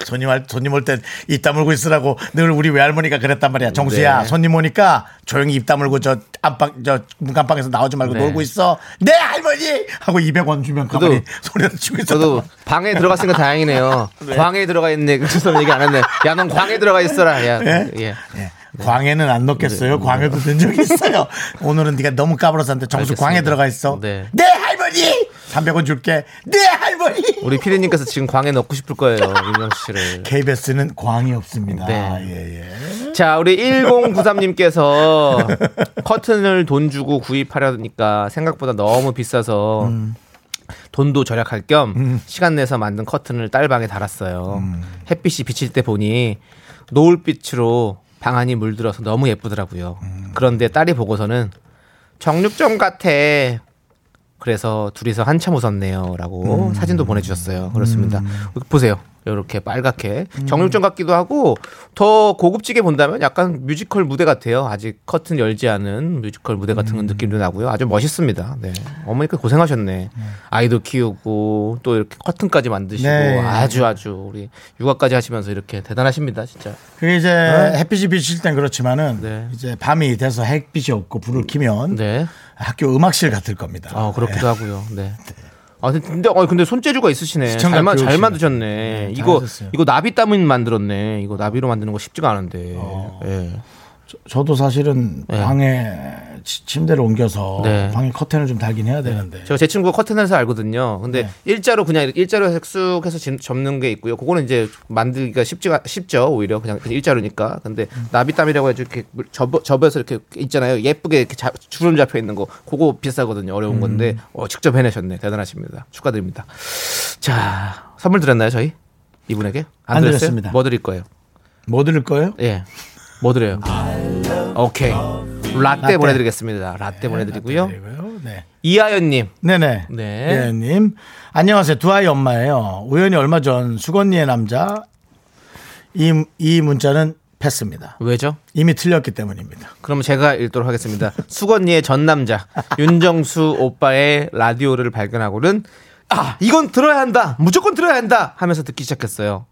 Speaker 1: 손님 할 손님 올 때 입 다물고 있으라고 늘 우리 외할머니가 그랬단 말이야. 정수야
Speaker 2: 네.
Speaker 1: 손님 오니까 조용히 입 다물고 저 안방 저 문간방에서 나오지 말고
Speaker 2: 네.
Speaker 1: 놀고 있어. 네 할머니 하고 200원 주면 가만히 소리를 치고 있어.
Speaker 2: 저도 방에 들어갔으니까 다행이네요 광에 들어가 있네 그 죄송한 얘기 안 했네 야 넌 광에 들어가 있어라 야,
Speaker 1: 예?
Speaker 2: 예.
Speaker 1: 예. 광해는 안 넣겠어요.
Speaker 2: 네.
Speaker 1: 광해도 된 적이 있어요. 오늘은 네가 너무 까불었는데 정수
Speaker 2: 알겠습니다.
Speaker 1: 광해 들어가 있어.
Speaker 2: 네.
Speaker 1: 네 할머니 300원 줄게. 네 할머니.
Speaker 2: 우리 피디님께서 지금 광에 넣고 싶을 거예요 윤정수 씨를
Speaker 1: KBS는 광이 없습니다.
Speaker 2: 네.
Speaker 1: 예, 예.
Speaker 2: 자, 우리 1093님께서 커튼을 돈 주고 구입하려니까 생각보다 너무 비싸서 돈도 절약할 겸 시간 내서 만든 커튼을 딸방에 달았어요. 햇빛이 비칠 때 보니 노을빛으로 방 안이 물들어서 너무 예쁘더라고요. 그런데 딸이 보고서는 정육 점 같아. 그래서 둘이서 한참 웃었네요라고 사진도 보내주셨어요. 그렇습니다. 보세요. 이렇게 빨갛게 정육점 같기도 하고 더 고급지게 본다면 약간 뮤지컬 무대 같아요. 아직 커튼 열지 않은 뮤지컬 무대 같은 느낌도 나고요. 아주 멋있습니다. 네. 어머니가 고생하셨네. 아이도 키우고 또 이렇게 커튼까지 만드시고
Speaker 1: 네.
Speaker 2: 아주 아주 우리 육아까지 하시면서 이렇게 대단하십니다, 진짜.
Speaker 1: 그게 이제 햇빛이 비칠 땐 그렇지만은
Speaker 2: 네.
Speaker 1: 이제 밤이 돼서 햇빛이 없고 불을 켜면
Speaker 2: 네.
Speaker 1: 학교 음악실 같을 겁니다.
Speaker 2: 아 그렇기도
Speaker 1: 예.
Speaker 2: 하고요.
Speaker 1: [LAUGHS]
Speaker 2: 네. 아 근데 어 근데 손재주가 있으시네.
Speaker 1: 시청각
Speaker 2: 잘만
Speaker 1: 교육실.
Speaker 2: 잘 만드셨네. 이거
Speaker 1: 잘하셨어요.
Speaker 2: 이거 나비 따문 만들었네. 이거 나비로 만드는 거 쉽지가 않은데.
Speaker 1: 어.
Speaker 2: 예.
Speaker 1: 저도 사실은
Speaker 2: 네.
Speaker 1: 방에 치- 침대를 옮겨서
Speaker 2: 네.
Speaker 1: 방에 커튼을 좀 달긴 해야 되는데
Speaker 2: 제가 제 친구가 커튼해서 알거든요. 근데 일자로 그냥 이렇게 일자로 해서 쑥 해서 집- 접는 게 있고요. 그거는 이제 만들기가 쉽지가 쉽죠. 오히려 그냥, 그냥 일자로니까. 근데 나비 땀이라고 해서 이렇게 물- 접어, 접어서 이렇게 있잖아요. 예쁘게 이렇게 자- 주름 잡혀 있는 거. 그거 비싸거든요. 어려운 건데 어, 직접 해내셨네. 대단하십니다. 축하드립니다. 자 선물 드렸나요 저희 이분에게? 안,
Speaker 1: 안
Speaker 2: 드렸어요?
Speaker 1: 드렸습니다.
Speaker 2: 뭐 드릴 거예요?
Speaker 1: 뭐 들을 거예요?
Speaker 2: 예. 뭐 드려요? 오케이. 라떼,
Speaker 1: 라떼.
Speaker 2: 보내드리겠습니다. 라떼 보내드리고요.
Speaker 1: 그리고요. 네.
Speaker 2: 이하연님.
Speaker 1: 네네. 예,
Speaker 2: 네.
Speaker 1: 님 안녕하세요. 두 아이 엄마예요. 우연히 얼마 전 수건니의 남자 이, 이 문자는 패스입니다.
Speaker 2: 왜죠?
Speaker 1: 이미 틀렸기 때문입니다.
Speaker 2: 그럼 제가 읽도록 하겠습니다. [LAUGHS] 수건이의 전 남자 윤정수 오빠의 라디오를 발견하고는 아 이건 들어야 한다 무조건 들어야 한다 하면서 듣기 시작했어요.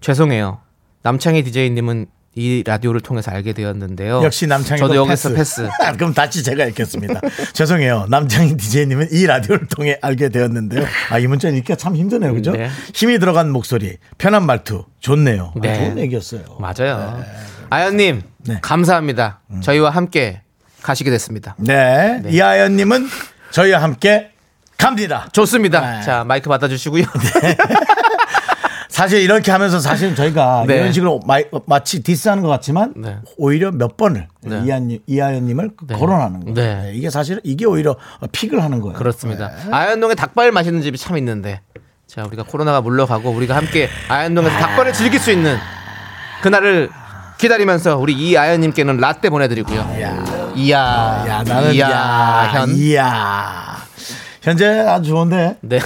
Speaker 2: 죄송해요. 남창희 DJ님은 이 라디오를 통해서 알게 되었는데요.
Speaker 1: 역시 남창희
Speaker 2: 어, 저도 여기서 패스.
Speaker 1: 그럼 다시 제가
Speaker 2: [LAUGHS]
Speaker 1: 읽겠습니다. 죄송해요. 남창희 DJ님은 이 라디오를 통해 알게 되었는데요. 아, 이 문자는 읽기가 참 힘드네요. 그죠?
Speaker 2: 네.
Speaker 1: 힘이 들어간 목소리, 편한 말투, 좋네요. 아,
Speaker 2: 네.
Speaker 1: 좋은 얘기였어요.
Speaker 2: 맞아요. 아연님
Speaker 1: 네. 음.
Speaker 2: 감사합니다. 저희와 함께 가시게 됐습니다.
Speaker 1: 네. 이하연님은 저희와 함께 갑니다.
Speaker 2: 좋습니다.
Speaker 1: 네.
Speaker 2: 자 마이크 받아주시고요.
Speaker 1: 사실 이렇게 하면서 사실 저희가
Speaker 2: [LAUGHS] 네.
Speaker 1: 이런 식으로 마, 마치 디스하는 것 같지만
Speaker 2: 네.
Speaker 1: 오히려 몇 번을
Speaker 2: 네.
Speaker 1: 이하연, 이하연님을 거론하는 거예요.
Speaker 2: 네.
Speaker 1: 네, 이게 사실 이게 오히려 픽을 하는 거예요.
Speaker 2: 그렇습니다.
Speaker 1: 네.
Speaker 2: 아현동에 닭발 맛있는 집이 참 있는데 자 우리가 코로나가 물러가고 우리가 함께 아현동에서
Speaker 1: 네.
Speaker 2: 닭발을 즐길 수 있는 그날을 기다리면서 우리 이 아현님께는 라떼
Speaker 1: 네.
Speaker 2: 보내드리고요. 이야,
Speaker 1: 야, 나는
Speaker 2: 이야,
Speaker 1: 야,
Speaker 2: 현.
Speaker 1: 이야. 현재 아주 좋은데. [LAUGHS]
Speaker 2: 네.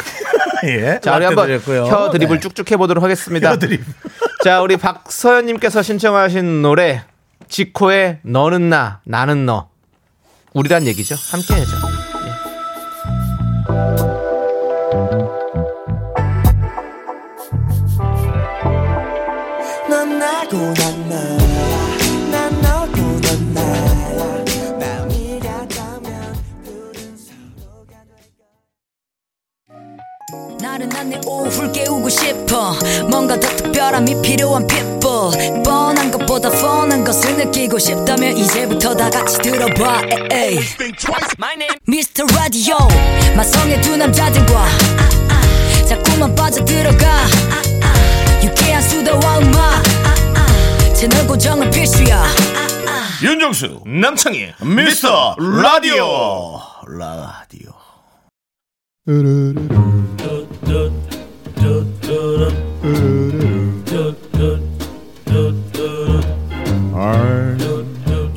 Speaker 1: 예.
Speaker 2: 자
Speaker 1: 라떼
Speaker 2: 우리 한번
Speaker 1: 드렸고요.
Speaker 2: 혀 드립을
Speaker 1: 네.
Speaker 2: 쭉쭉 해보도록 하겠습니다.
Speaker 1: 혀 드립.
Speaker 2: 자 우리 박서연님께서 신청하신 노래 지코의 너는 나 나는 너 우리란 얘기죠. 함께해죠.
Speaker 3: 넌 나고 난 나야 난 너고 넌 나야 밤이라면 우린 서로가
Speaker 6: 나른한 내 오후를 깨우고 싶어 뭔가 더 특별함이 필요한 people 뻔한 것보다 뻔한 것을 느끼고 싶다면 이제부터 다 같이 들어봐 에이. Mr. Radio 마성의 두 남자들과 자꾸만 빠져들어가 유쾌한 수다와 음악 채널 고정은 필수야
Speaker 7: 윤정수 남창희
Speaker 1: 미스터 라디오. 라디오.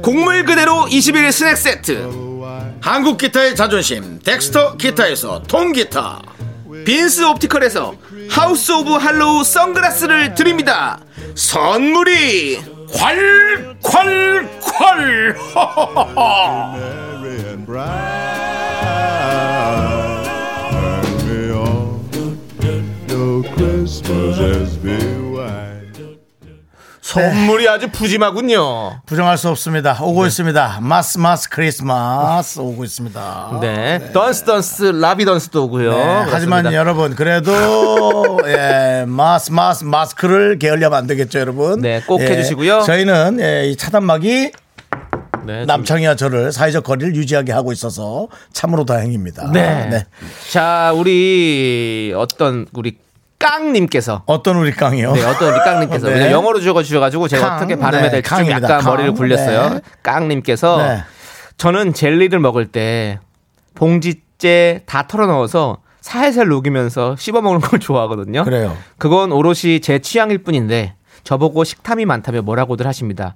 Speaker 2: 곡물 그대로 21 스낵 세트
Speaker 1: 한국 기타의 자존심 덱스터 기타에서 통기타
Speaker 2: 빈스 옵티컬에서 하우스 오브 할로우 선글라스를 드립니다 선물이
Speaker 7: 콸콸콸
Speaker 2: 선물이 아주 푸짐하군요
Speaker 1: 부정할 수 없습니다 오고 있습니다 마스 마스 크리스마스 오고 있습니다
Speaker 2: 네, 던스 던스 라비 던스도 오고요
Speaker 1: 네, 하지만
Speaker 2: 그렇습니다.
Speaker 1: 여러분 [LAUGHS] 그래도 예, 마스 마스 마스크를 게을리하면 안 되겠죠 여러분
Speaker 2: 네, 꼭
Speaker 1: 예,
Speaker 2: 해주시고요.
Speaker 1: 저희는 예, 이 차단막이
Speaker 2: 네, 좀-
Speaker 1: 남창희와 저를 사회적 거리를 유지하게 하고 있어서 참으로 다행입니다.
Speaker 2: 네. 자, 우리 어떤 우리 깡님께서
Speaker 1: 어떤 우리 깡이요?
Speaker 2: 네, 어떤 우리
Speaker 1: [LAUGHS]
Speaker 2: 깡님께서
Speaker 1: 네.
Speaker 2: 그냥 영어로 적어주셔가지고 제가
Speaker 1: 깡.
Speaker 2: 어떻게 발음해야
Speaker 1: 네,
Speaker 2: 될지 좀
Speaker 1: 깡입니다.
Speaker 2: 약간
Speaker 1: 깡.
Speaker 2: 머리를 굴렸어요.
Speaker 1: 네.
Speaker 2: 깡님께서
Speaker 1: [LAUGHS] 네.
Speaker 2: 저는 젤리를 먹을 때 봉지째 다 털어 넣어서 살살 녹이면서 씹어 먹는 걸 [LAUGHS] 좋아하거든요.
Speaker 1: 그래요.
Speaker 2: 그건 오롯이 제 취향일 뿐인데 저보고 식탐이 많다며 뭐라고들 하십니다.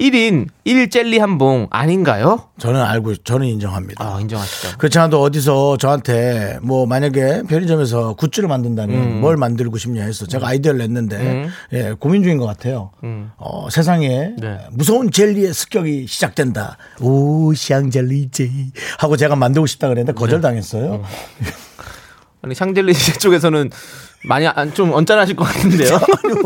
Speaker 2: 1인 1젤리 한 봉 아닌가요?
Speaker 1: 저는 알고 있- 저는 인정합니다.
Speaker 2: 아, 인정하시죠.
Speaker 1: 그렇지 않아도 어디서 저한테 뭐 만약에 편의점에서 굿즈를 만든다면
Speaker 2: 음.
Speaker 1: 뭘 만들고 싶냐 해서 제가 아이디어를 냈는데 예, 고민 중인 것 같아요. 어, 세상에
Speaker 2: 음. 네.
Speaker 1: 무서운 젤리의 습격이 시작된다. 오, 시앙젤리 제이 하고 제가 만들고 싶다 그랬는데 거절당했어요.
Speaker 2: 네. 음. 아니 샹젤리 [LAUGHS] 쪽에서는 많이 안, 좀 언짢아하실 것
Speaker 1: [LAUGHS] 예.
Speaker 2: 같은데요.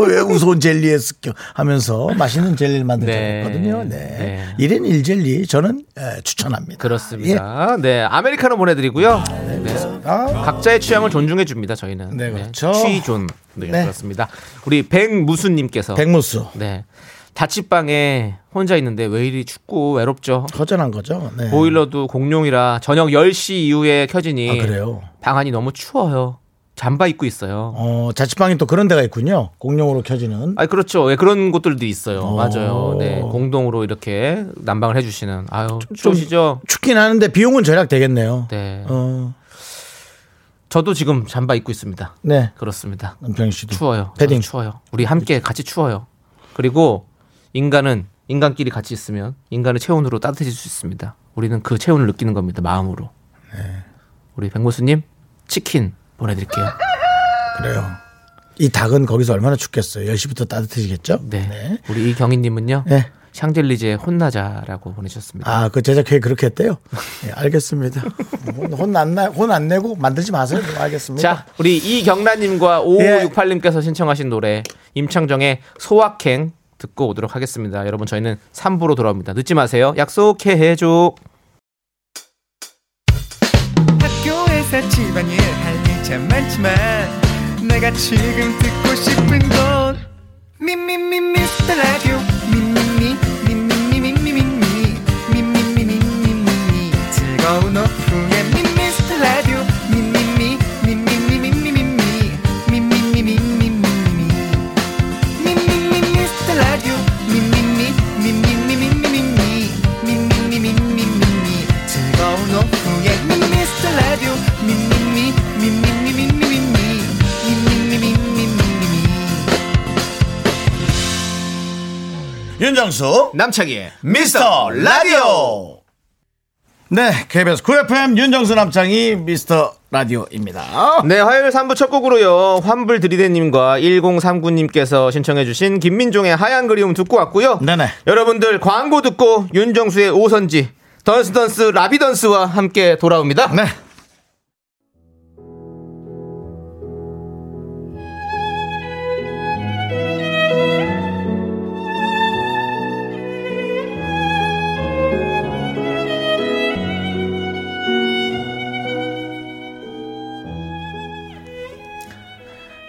Speaker 1: 왜 무서운 젤리에 습격 하면서 맛있는 젤리를
Speaker 2: 네.
Speaker 1: 만들었거든요.
Speaker 2: 네.
Speaker 1: 네. 일인일젤리 저는 에, 추천합니다. 예.
Speaker 2: 그렇습니다. 네, 아메리카노 보내드리고요. 네.
Speaker 1: 아,
Speaker 2: 각자의 취향을 존중해 줍니다. 저희는
Speaker 1: 네, 그렇죠.
Speaker 2: 취존 네,
Speaker 1: 네.
Speaker 2: 그렇습니다. 우리 백무수님께서
Speaker 1: 백무수.
Speaker 2: 네 자취방에 혼자 있는데 왜 이리 춥고 외롭죠.
Speaker 1: 허전한 거죠. 네.
Speaker 2: 보일러도 공룡이라 저녁 10시 이후에 켜지니
Speaker 1: 아, 그래요?
Speaker 2: 방 안이 너무 추워요. 잠바 입고 있어요.
Speaker 1: 어, 자취방이 또 그런 데가 있군요. 공룡으로 켜지는.
Speaker 2: 아 그렇죠. 왜 그런 곳들도 있어요.
Speaker 1: 어.
Speaker 2: 맞아요. 네 공동으로 이렇게 난방을 해주시는 아유 좋으시죠.
Speaker 1: 춥긴 하는데 비용은 절약되겠네요.
Speaker 2: 네.
Speaker 1: 어,
Speaker 2: 저도 지금 잠바 입고 있습니다.
Speaker 1: 네.
Speaker 2: 그렇습니다.
Speaker 1: 남평희 씨도.
Speaker 2: 추워요.
Speaker 1: 패딩.
Speaker 2: 저도 추워요. 우리 함께 같이 추워요. 그리고 인간은 인간끼리 같이 있으면 인간의 체온으로 따뜻해질 수 있습니다. 우리는 그 체온을 느끼는 겁니다. 마음으로.
Speaker 1: 네.
Speaker 2: 우리 백모수님 치킨 보내드릴게요.
Speaker 1: 그래요. 이 닭은 거기서 얼마나 춥겠어요. 10시부터 따뜻해지겠죠?
Speaker 2: 네. 우리 네. 이경희님은요.
Speaker 1: 네.
Speaker 2: 샹젤리제 혼나자라고 보내주셨습니다.
Speaker 1: 아, 그 제작회의 그렇게 했대요? 예, 알겠습니다. 혼, 혼 안, 나, 혼 안 내고 만들지 마세요. 뭐, 알겠습니다.
Speaker 2: 자, 우리 이경란님과
Speaker 1: 네.
Speaker 2: 5568님께서 신청하신 노래 임창정의 소확행 듣고 오도록 하겠습니다. 여러분 저희는 3부로 돌아옵니다. 늦지 마세요. 약속해 해줘.
Speaker 8: 학교에서 집안일 할 일 참 많지만 내가 지금 듣고 싶은 건 미미미 미스터 라디오 미미미 미미미 미미미 미미미 미미미 즐거운 오후에 미스터 라디오 미미미 미미미 미미미 미미미 미미미 미미미 미스터 라디오 미미미 미미미 미미미 미미미 미미미 즐거운 오후에 미스터 라디오 미미미 미미미 미미미 미미미 미미미
Speaker 1: 윤정수
Speaker 2: 남창희의
Speaker 1: 미스터 라디오 네 KBS 9FM 윤정수 남창희 미스터 라디오입니다
Speaker 2: 네, 화요일 3부 첫 곡으로요. 환불 드리대님과 1039님께서 신청해주신 김민종의 하얀 그리움 듣고 왔고요.
Speaker 1: 네네.
Speaker 2: 여러분들 광고 듣고 윤정수의 오선지 던스던스 라비던스와 함께 돌아옵니다.
Speaker 1: 네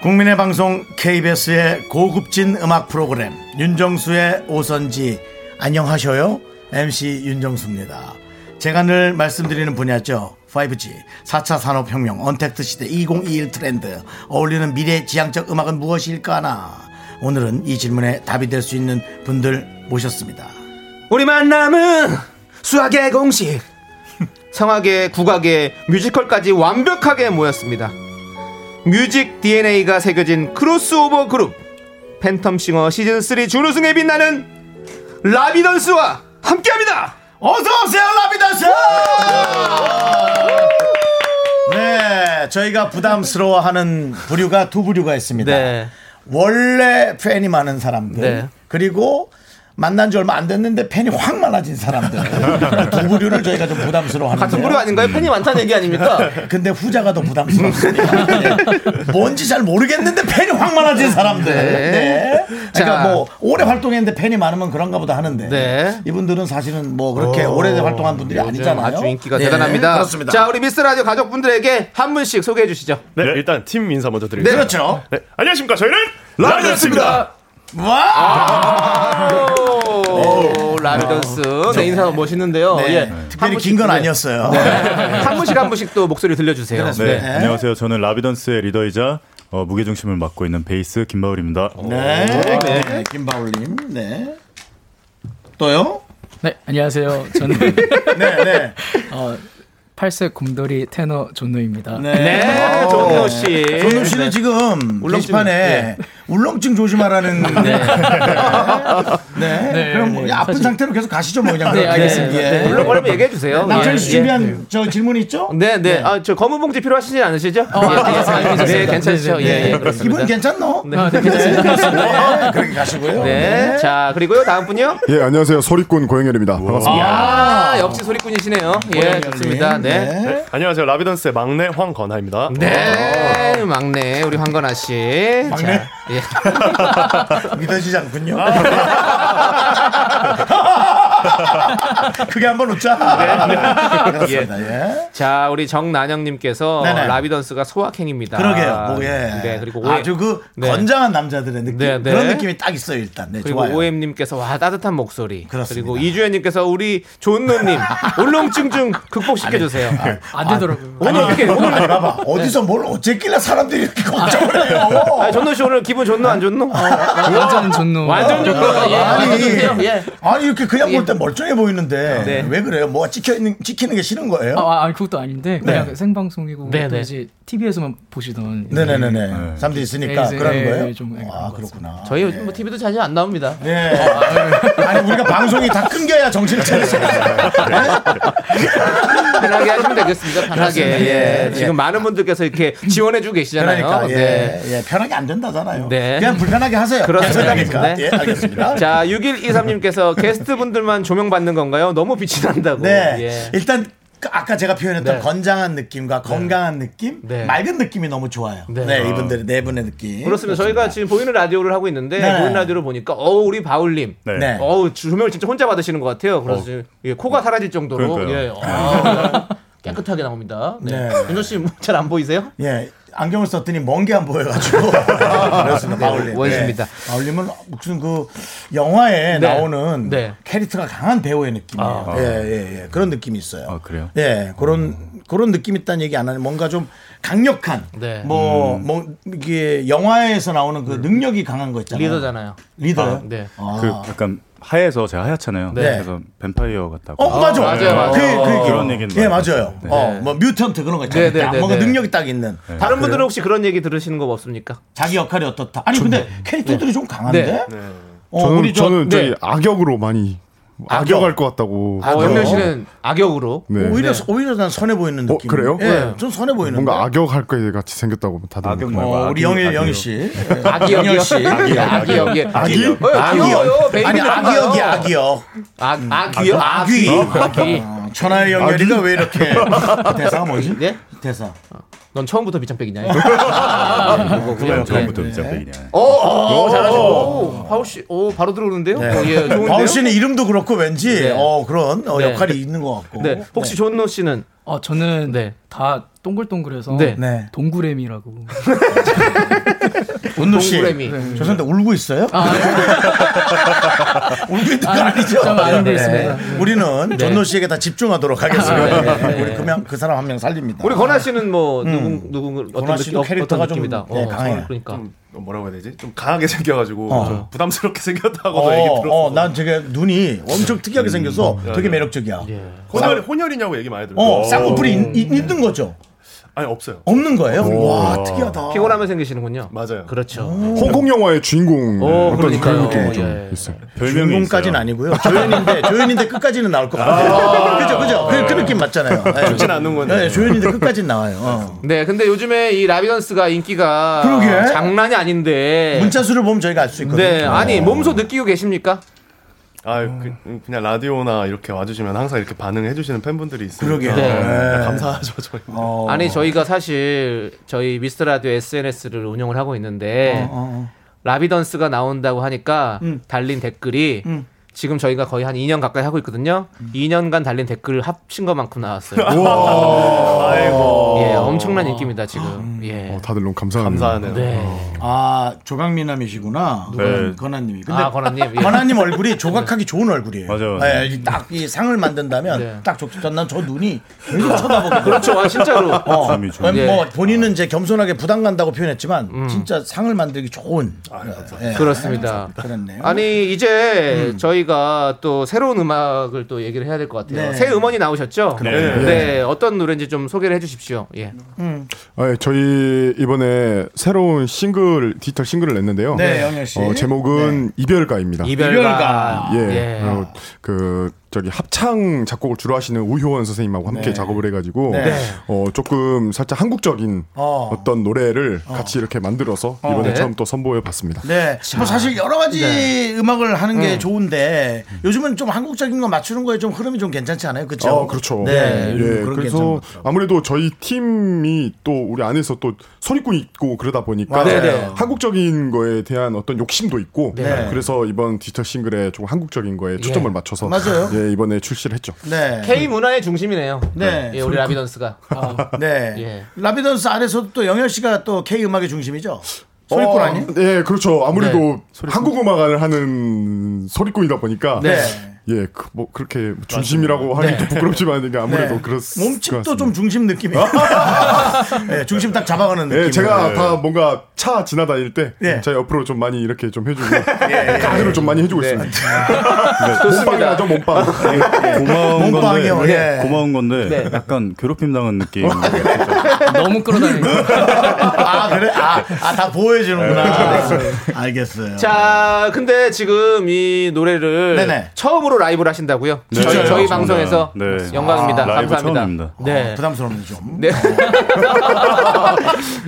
Speaker 1: 국민의 방송 KBS의 고급진 음악 프로그램 윤정수의 오선지 안녕하셔요 MC 윤정수입니다 제가 늘 말씀드리는 분야죠 5G 4차 산업혁명 언택트 시대 2021 트렌드 어울리는 미래 지향적 음악은 무엇일까 하나 오늘은 이 질문에 답이 될 수 있는 분들 모셨습니다
Speaker 2: 우리 만남은 수학의 공식 성악의 국악의 뮤지컬까지 완벽하게 모였습니다 뮤직 DNA가 새겨진 크로스오버 그룹 팬텀싱어 시즌3 준우승에 빛나는 라비던스와 함께합니다
Speaker 1: 어서오세요 라비다스 네 저희가 부담스러워하는 부류가 두 부류가 있습니다
Speaker 2: 네.
Speaker 1: 원래 팬이 많은 사람들
Speaker 2: 네.
Speaker 1: 그리고 만난 지 얼마 안 됐는데 팬이 확 많아진
Speaker 2: [LAUGHS]
Speaker 1: 사람들 두 부류를 저희가 좀 부담스러워하는데
Speaker 2: 같은 부류 아닌가요? 팬이 많다는 얘기 아닙니까?
Speaker 1: 근데 후자가 더 부담스럽습니다. 네. 뭔지 잘 모르겠는데 팬이 확 많아진 사람들.
Speaker 2: 네.
Speaker 1: 네. 그러니까
Speaker 2: 자.
Speaker 1: 뭐 오래 활동했는데 팬이 많으면 그런가 보다 하는데
Speaker 2: 네.
Speaker 1: 이분들은 사실은 뭐 그렇게 오래 활동한 분들이 아니잖아요.
Speaker 2: [LAUGHS] 아주 인기가
Speaker 1: 네.
Speaker 2: 대단합니다
Speaker 1: 그렇습니다.
Speaker 2: 자 우리 미스라디오 가족분들에게 한 분씩 소개해 주시죠
Speaker 4: 네, 일단 팀 인사 먼저 드립니다.
Speaker 2: 네.
Speaker 1: 그렇죠.
Speaker 4: 네, 안녕하십니까. 저희는 라이언스입니다.
Speaker 2: 아,
Speaker 1: 와!
Speaker 2: 오, 라비던스 네, 인사 너무 멋있는데요
Speaker 1: 네.
Speaker 2: 예.
Speaker 1: 특별히
Speaker 2: 한
Speaker 1: 긴 건
Speaker 2: 분씩-
Speaker 1: 아니었어요.
Speaker 2: [LAUGHS] 한 분씩 한 분씩 또 목소리 들려주세요.
Speaker 9: 네,
Speaker 1: 네.
Speaker 9: 안녕하세요. 저는 라비던스의 리더이자 어, 무게중심을 맡고 있는 베이스 김바울입니다.
Speaker 1: 네. 네. 김바울님. 네. 또요?
Speaker 10: 네, 안녕하세요. 저는
Speaker 1: [LAUGHS] 네, 네.
Speaker 10: 어, 8세 곰돌이 테너 존노입니다.
Speaker 2: 네, 정우 씨.
Speaker 1: 손흥 어, 씨는 지금
Speaker 2: 울렁증,
Speaker 1: 게시판에
Speaker 2: 예.
Speaker 1: 울렁증 조심하라는. 네. [LAUGHS] 네.
Speaker 10: 네,
Speaker 1: 그럼 뭐
Speaker 10: 네,
Speaker 1: 아픈
Speaker 10: 사실-
Speaker 1: 상태로 계속 가시죠, 뭐 그냥.
Speaker 10: 네, 알겠습니다.
Speaker 1: 예.
Speaker 2: 물론 그러면 얘기해 주세요.
Speaker 1: 남창희 씨
Speaker 2: 예,
Speaker 1: 준비한 저 질문 있죠?
Speaker 2: 예. 네, 네. 아, 저 검은 봉지 필요하시지 않으시죠? 예,
Speaker 10: 아, 네, 잘
Speaker 2: 네,
Speaker 10: 알겠습니다.
Speaker 2: 괜찮죠.
Speaker 10: 네, 네,
Speaker 2: 예,
Speaker 10: 네.
Speaker 2: 예, 그렇습니다.
Speaker 1: 이분 괜찮노? 네.
Speaker 10: 아, 네, 괜찮습니다.
Speaker 1: [LAUGHS] 그렇게 가시고요.
Speaker 2: 네. 자, 그리고요. 다음 분요.
Speaker 11: 예, 안녕하세요. 소리꾼 고영열입니다. 반갑습니다.
Speaker 2: 아, 역시 소리꾼이시네요. 예, 좋습니다. 네.
Speaker 1: 네.
Speaker 4: 안녕하세요. 라비던스의 막내 황건하입니다.
Speaker 2: 네, 막내 우리 황건아 씨.
Speaker 1: 막내?
Speaker 2: 자, 예.
Speaker 1: 믿어지지 않군요. [LAUGHS] 그게 한번 웃자. 그렇습니다. 네. 예.
Speaker 2: 자, 우리 정난영 님께서
Speaker 1: 네네.
Speaker 2: 라비던스가 소확행입니다.
Speaker 1: 그러게요. 뭐, 예.
Speaker 2: 네, 그리고 오해.
Speaker 1: 아주 그
Speaker 2: 네.
Speaker 1: 건장한 남자들의 느낌.
Speaker 2: 네, 네.
Speaker 1: 그런 느낌이 딱 있어요, 일단. 네,
Speaker 2: 그리고
Speaker 1: 좋아요.
Speaker 2: 오엠님께서 와 따뜻한 목소리.
Speaker 1: 그렇습니다.
Speaker 2: 리고 이주연님께서 우리
Speaker 1: [LAUGHS]
Speaker 2: 존노님 울렁증 좀 극복시켜주세요.
Speaker 10: 안 되더라고요.
Speaker 2: 오늘 아, 어떻게 오늘
Speaker 1: 아니, 봐봐. 어디서 뭘 어쨌길래 사람들이 이렇게 걱정을 해요.
Speaker 2: 아, 존노 씨 오늘
Speaker 1: 어,
Speaker 2: 기분 존노 안 존노?
Speaker 10: 완전 존노.
Speaker 2: 완전 존노. 예,
Speaker 1: 아니,
Speaker 2: 완전 좋대요. 예.
Speaker 1: 아니 이렇게 그냥 뭐 일단 멀쩡해 보이는데
Speaker 10: 네.
Speaker 1: 왜 그래요? 뭐가 찍혀 있는 찍히는 게 싫은 거예요?
Speaker 10: 아, 아 그것도 아닌데 그냥
Speaker 1: 네.
Speaker 10: 생방송이고
Speaker 1: 네,
Speaker 10: 또
Speaker 1: 네.
Speaker 10: 이제 TV에서만 보시던
Speaker 1: 네네네네.
Speaker 10: 네.
Speaker 1: 사람들이
Speaker 2: 그러니까
Speaker 1: 있으니까
Speaker 10: 네,
Speaker 1: 그런
Speaker 10: 네,
Speaker 1: 거예요?
Speaker 10: 네, 좀, 네,
Speaker 1: 아 그렇구나.
Speaker 2: 저희 뭐 TV도 자주 안 나옵니다.
Speaker 1: 네. 아니 우리가 방송이 다 끊겨야 정신을 차릴 수 있어요.
Speaker 2: 편하게 하시면 되겠습니다. 편하게.
Speaker 1: 그렇습니다.
Speaker 2: 예.
Speaker 1: 예.
Speaker 2: 지금 많은 분들께서 이렇게 지원해주고 계시잖아요.
Speaker 1: 그러니까 예,
Speaker 2: 네.
Speaker 1: 예, 편하게 안 된다잖아요.
Speaker 2: 네.
Speaker 1: 그냥 불편하게 하세요.
Speaker 2: 그렇습니다.
Speaker 1: 개설하니까. 예, 알겠습니다.
Speaker 2: 자, 6123님께서 게스트 분들만 조명받는 건가요? 너무 빛이 난다고.
Speaker 1: 네.
Speaker 2: 예.
Speaker 1: 일단 그 아까 제가 표현했던
Speaker 2: 네.
Speaker 1: 건장한 느낌과 건강한 느낌,
Speaker 2: 네.
Speaker 1: 맑은 느낌이 너무 좋아요. 네, 이분들의 네 분의 느낌.
Speaker 2: 그렇습니다. 저희가 지금 보이는 라디오를 하고 있는데
Speaker 1: 네.
Speaker 2: 보이는 라디오를 보니까 어우 우리 바울님,
Speaker 1: 네.
Speaker 2: 어우 조명을 진짜 혼자 받으시는 것 같아요. 그래서
Speaker 1: 어.
Speaker 2: 지금 이게 코가 사라질 정도로
Speaker 1: 그러니까요. 아.
Speaker 2: 예, 어, 깨끗하게 나옵니다. 네.
Speaker 1: 네.
Speaker 2: 윤정 씨잘 안 보이세요?
Speaker 1: 예. 안경을 썼더니 먼 게 안 보여가지고
Speaker 2: [LAUGHS]
Speaker 1: 그렇습니다.
Speaker 2: 네,
Speaker 1: 마울님.
Speaker 2: 원수입니다.
Speaker 1: 네. 마울님은 무슨 그 영화에
Speaker 2: 네.
Speaker 1: 나오는
Speaker 2: 네.
Speaker 1: 캐릭터가 강한 배우의 느낌이에요.
Speaker 9: 아.
Speaker 1: 예, 예, 예. 그런 느낌이 있어요.
Speaker 2: 아,
Speaker 11: 아,
Speaker 9: 그래요?
Speaker 1: 예, 그런 그런 느낌 있다는 얘기 안 하는 뭔가 좀 강력한
Speaker 2: 네. 음.
Speaker 1: 뭐, 뭐 이게 영화에서 나오는 그 능력이 강한
Speaker 2: 네.
Speaker 1: 거 있잖아요.
Speaker 2: 리더잖아요.
Speaker 1: 리더요?
Speaker 9: 아,
Speaker 2: 네.
Speaker 1: 아.
Speaker 9: 그 약간 하얘서 제가 하얗잖아요.
Speaker 1: 네.
Speaker 9: 그래서 뱀파이어 같다고.
Speaker 1: 어, 맞아.
Speaker 9: 네.
Speaker 1: 그, 그,
Speaker 9: 그런 얘기는
Speaker 1: 예,
Speaker 9: 많이
Speaker 1: 맞아요.
Speaker 9: 들었어요.
Speaker 1: 어, 뭐 뮤턴트 그런 거 있잖아요.
Speaker 2: 네, 네, 네,
Speaker 1: 뭔가
Speaker 2: 네.
Speaker 1: 능력이 딱 있는.
Speaker 2: 다른
Speaker 1: 아,
Speaker 2: 분들은
Speaker 1: 그래요?
Speaker 2: 혹시 그런 얘기 들으시는 거 없습니까?
Speaker 1: 자기 역할이 어떻다. 아니 근데 캐릭터들이 좀 강한데.
Speaker 2: 네.
Speaker 1: 어,
Speaker 11: 저는
Speaker 1: 우리 저-
Speaker 11: 저는
Speaker 1: 네. 어,
Speaker 11: 저기 악역으로 많이 악역 할 것 같다고. 어.
Speaker 2: 아, 영명 씨는 악역으로.
Speaker 11: 네.
Speaker 1: 오히려 오히려 난 선해 보이는
Speaker 11: 어,
Speaker 1: 느낌.
Speaker 11: 그래요?
Speaker 1: 예,
Speaker 2: 네.
Speaker 1: 좀 선해 보이는.
Speaker 11: 뭔가 악역 할 거에 같이 생겼다고 다들. 악역
Speaker 1: 어, 우리 영일 영일 씨,
Speaker 2: 악역이요?
Speaker 1: 영일 씨,
Speaker 2: 악역, 악역.
Speaker 11: 악이?
Speaker 2: 어, 귀여워요.
Speaker 1: 악역.
Speaker 2: 베이비
Speaker 1: 아니
Speaker 2: 닮아요.
Speaker 1: 악역이 악역.
Speaker 2: 아, 악귀요?
Speaker 1: 악귀.
Speaker 2: 악귀.
Speaker 1: 어, 천하의 영열이가 왜 이렇게 대사가 뭐지?
Speaker 2: 네?
Speaker 1: 대사.
Speaker 2: 넌 처음부터
Speaker 1: 아,
Speaker 2: 밑장빼기냐?
Speaker 9: 그냥 처음부터
Speaker 2: 네.
Speaker 9: 진짜 네.
Speaker 2: 오, 오, 어, 잘하시고. 바울 씨, 오, 바로 들어오는데요?
Speaker 1: 어, 네.
Speaker 2: 어, 예, 좋은데요?
Speaker 1: 바울 씨는 이름도 그렇고 왠지
Speaker 2: 네.
Speaker 1: 어, 그런 어,
Speaker 2: 네.
Speaker 1: 역할이 있는 것 같고.
Speaker 2: 네. 혹시 존노 씨는
Speaker 10: 어 저는 다 동글동글해서
Speaker 2: 네.
Speaker 1: 네.
Speaker 10: 동그레미라고 [LAUGHS]
Speaker 1: 운노 씨,
Speaker 10: 동그라미.
Speaker 7: 음.
Speaker 1: 죄송한데 울고 있어요? [LAUGHS] 울고 있는 거
Speaker 10: 네. 아,
Speaker 1: 아니죠?
Speaker 10: 좀 알고 있습니다. 네.
Speaker 1: 우리는
Speaker 2: 네.
Speaker 1: 존노 씨에게 다 집중하도록 하겠습니다.
Speaker 2: 아, 네, 네.
Speaker 1: 우리 그냥 그 사람 한 명 살립니다.
Speaker 2: 우리 권하 씨는 뭐 누군 누군
Speaker 1: 음. 권하
Speaker 2: 어떤
Speaker 1: 씨도
Speaker 2: 느낌
Speaker 1: 캐릭터가
Speaker 2: 캐릭터가
Speaker 1: 좀,
Speaker 2: 좀이다.
Speaker 1: 네, 강해요.
Speaker 2: 그러니까.
Speaker 7: 뭐라고 해야 되지? 좀 강하게 생겨가지고
Speaker 1: 어.
Speaker 7: 좀 부담스럽게 생겼다고도 얘기 음, 들었어.
Speaker 1: 어, 어, 난 되게 눈이 엄청 특이하게 생겨서
Speaker 7: 야,
Speaker 1: 되게
Speaker 7: 야.
Speaker 1: 매력적이야.
Speaker 7: 예. 혼혈 혼혈이냐고 얘기 많이 들어.
Speaker 1: 어, 쌍꺼풀이 있- 있- 있는 거죠?
Speaker 7: 아니 없어요.
Speaker 1: 없는 거예요? 와, 특이하다.
Speaker 2: 피곤하면 생기시는군요.
Speaker 7: 맞아요.
Speaker 2: 그렇죠.
Speaker 1: 음.
Speaker 11: 홍콩 영화의 주인공
Speaker 2: 오,
Speaker 11: 어떤 그런
Speaker 2: 그러니까요.
Speaker 11: 느낌이 좀
Speaker 2: 예.
Speaker 11: 있어요.
Speaker 1: 주인공까지는 아니고요.
Speaker 7: [LAUGHS]
Speaker 1: 조연인데 조연인데 끝까지는 나올 것 같아요. 그죠, 그죠. 그, 그 느낌 맞잖아요. 네.
Speaker 7: 좋진 않는 건데.
Speaker 1: 네, 조연인데 끝까지는 나와요. 어.
Speaker 2: 네, 근데 요즘에 이 라비던스가 인기가
Speaker 1: 그러게.
Speaker 2: 장난이 아닌데.
Speaker 1: 문자 그러니까. 수를 보면 저희가 알 수 있거든요.
Speaker 2: 예.
Speaker 1: 어,
Speaker 2: 네, 아니 몸소 느끼고 계십니까?
Speaker 7: 아 그, 냥 라디오나 이렇게 와주시면 항상 이렇게 반응해 주시는 팬분들이 있으니까
Speaker 1: 그러게요.
Speaker 7: 네,
Speaker 1: 네.
Speaker 7: 감사하죠 저희.
Speaker 1: 어.
Speaker 2: 아니 저희가 사실 저희 미스터 라디오 SNS를 운영을 하고 있는데 라비던스가 나온다고 하니까 달린 댓글이 지금 저희가 거의 한 2년 가까이 하고 있거든요. 2년간 달린 댓글 합친 것만큼 나왔어요.
Speaker 7: 아이고
Speaker 2: 예, 엄청난 인기입니다 지금. 예.
Speaker 11: 어, 다들 너무 감사합니다.
Speaker 7: 감사하네요.
Speaker 2: 네.
Speaker 1: 아 조각미남이시구나.
Speaker 9: 네.
Speaker 1: 권한님이. 근데
Speaker 2: 아 권한님. 예.
Speaker 1: 권한님 얼굴이 조각하기 좋은 얼굴이에요. 네,
Speaker 9: 맞아요.
Speaker 1: 딱이 상을 만든다면
Speaker 2: 네.
Speaker 1: 딱 좋죠. 난저 눈이 계속 쳐다보고.
Speaker 2: 그렇죠, 아, 진짜로.
Speaker 1: 어,
Speaker 9: 줌이 좀.
Speaker 1: 웬-
Speaker 2: 예. 음.
Speaker 1: 뭐 본인은 이제 겸손하게 부담 간다고 표현했지만 진짜 상을 만들기 좋은. 예.
Speaker 2: 그렇습니다.
Speaker 1: 그렇네요.
Speaker 2: 아니 이제
Speaker 1: 음.
Speaker 2: 저희가 또 새로운 음악을 또 얘기를 해야 될 것 같아요.
Speaker 1: 네.
Speaker 2: 새 음원이 나오셨죠?
Speaker 7: 네.
Speaker 2: 네. 어떤 노래인지 좀 소개를 해주십시오. 예.
Speaker 11: 아, 예, 저희 이번에 새로운 싱글 디지털 싱글을 냈는데요.
Speaker 1: 네, 영현 씨.
Speaker 11: 어, 제목은
Speaker 1: 아,
Speaker 11: 이별가입니다.
Speaker 2: 이별가.
Speaker 11: 예.
Speaker 2: 예.
Speaker 11: 어, 그 저기 합창 작곡을 주로 하시는 우효원 선생님하고 함께
Speaker 1: 네.
Speaker 11: 작업을 해가지고
Speaker 1: 네.
Speaker 11: 어, 조금 살짝 한국적인
Speaker 1: 어.
Speaker 11: 어. 떤 노래를 같이 이렇게 만들어서 이번에
Speaker 2: 네.
Speaker 11: 처음 또 선보여봤습니다.
Speaker 1: 네. 뭐 사실 여러 가지
Speaker 11: 네.
Speaker 1: 음악을 하는 게 좋은데 요즘은 좀 한국적인 거 맞추는 거에 좀 흐름이 좀 괜찮지 않아요? 그렇죠?
Speaker 11: 어, 그렇죠.
Speaker 1: 네. 그런
Speaker 11: 예,
Speaker 1: 게 괜찮은
Speaker 11: 그래서
Speaker 1: 것 같아요.
Speaker 11: 아무래도 저희 팀이 또 우리 안에서 또 선입견이 있고 그러다 보니까
Speaker 1: 맞아요. 네네.
Speaker 11: 한국적인 거에 대한 어떤 욕심도 있고
Speaker 1: 네. 예.
Speaker 11: 그래서 이번 디지털 싱글에 조금 한국적인 거에 초점을 맞춰서
Speaker 1: 맞아요.
Speaker 11: 예, 이번에 출시를 했죠.
Speaker 1: 네.
Speaker 2: K 문화의 중심이네요.
Speaker 1: 네.
Speaker 2: 예, 우리 라비던스가.
Speaker 1: 네.
Speaker 2: 예.
Speaker 1: 라비던스 안에서도 또 영현 씨가 또 K 음악의 중심이죠. 소리꾼
Speaker 11: 어,
Speaker 1: 아니?
Speaker 11: 네, 그렇죠. 아무래도
Speaker 2: 네.
Speaker 11: 한국 음악을 하는 소리꾼이다 보니까
Speaker 2: 네.
Speaker 11: 예, 예, 그, 뭐 그렇게 중심이라고 하기 도 부끄럽지만 이게 아무래도
Speaker 1: 네.
Speaker 11: 그렇습니다.
Speaker 1: 몸집도 좀 중심 느낌이.
Speaker 11: [LAUGHS]
Speaker 1: [LAUGHS] 네, 중심 딱 잡아가는 느낌.
Speaker 11: 예, 제가
Speaker 1: 네.
Speaker 11: 다 뭔가 차 지나다닐 때, 제 옆으로 좀 많이 이렇게 좀
Speaker 1: [LAUGHS]
Speaker 11: 해주고,
Speaker 1: 예,
Speaker 11: 가드를 좀 많이 해주고
Speaker 1: 네.
Speaker 11: 있습니다. 네, 몸빵이라죠, 몸빵.
Speaker 9: 고마운 건데,
Speaker 11: 몸빵이요, 예.
Speaker 9: 고마운 건데
Speaker 11: 네.
Speaker 9: 약간 괴롭힘 당한 느낌.
Speaker 10: 너무 끌어다니고.
Speaker 2: 네.
Speaker 1: 아 그래? 아, 아, 다 보호해주는구나.
Speaker 11: 예.
Speaker 1: 네. 알겠어요.
Speaker 2: 자, 근데 지금 이 노래를
Speaker 1: 네네.
Speaker 2: 처음으로 라이브를 하신다고요?
Speaker 1: 네,
Speaker 2: 저희,
Speaker 1: 네,
Speaker 2: 저희
Speaker 1: 맞습니다.
Speaker 2: 방송에서
Speaker 9: 네.
Speaker 2: 영광입니다.
Speaker 9: 아, 라이브
Speaker 2: 감사합니다.
Speaker 9: 처음입니다.
Speaker 2: 네.
Speaker 1: 어, 부담스럽네 좀.
Speaker 2: 네.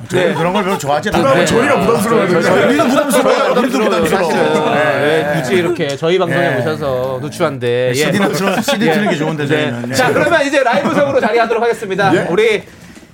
Speaker 1: 저희는 그런 걸 별로 좋아하지 않아요. 네.
Speaker 2: 부담-
Speaker 1: 저희가 부담스러워요. 아, 우리도
Speaker 2: [LAUGHS]
Speaker 1: 부담스러워요. 우리도 부담스러워요.
Speaker 2: 사실은
Speaker 1: 네.
Speaker 2: 어, 네, 굳이 이렇게 저희 방송에
Speaker 1: 네.
Speaker 2: 오셔서 누추한데 예.
Speaker 1: 네, CD 나 틀어- CD 틀는 게 좋은데, 저희는. 예.
Speaker 2: 네. 자 그러면 이제 라이브성으로 자리하도록 하겠습니다.
Speaker 1: 예.
Speaker 2: 우리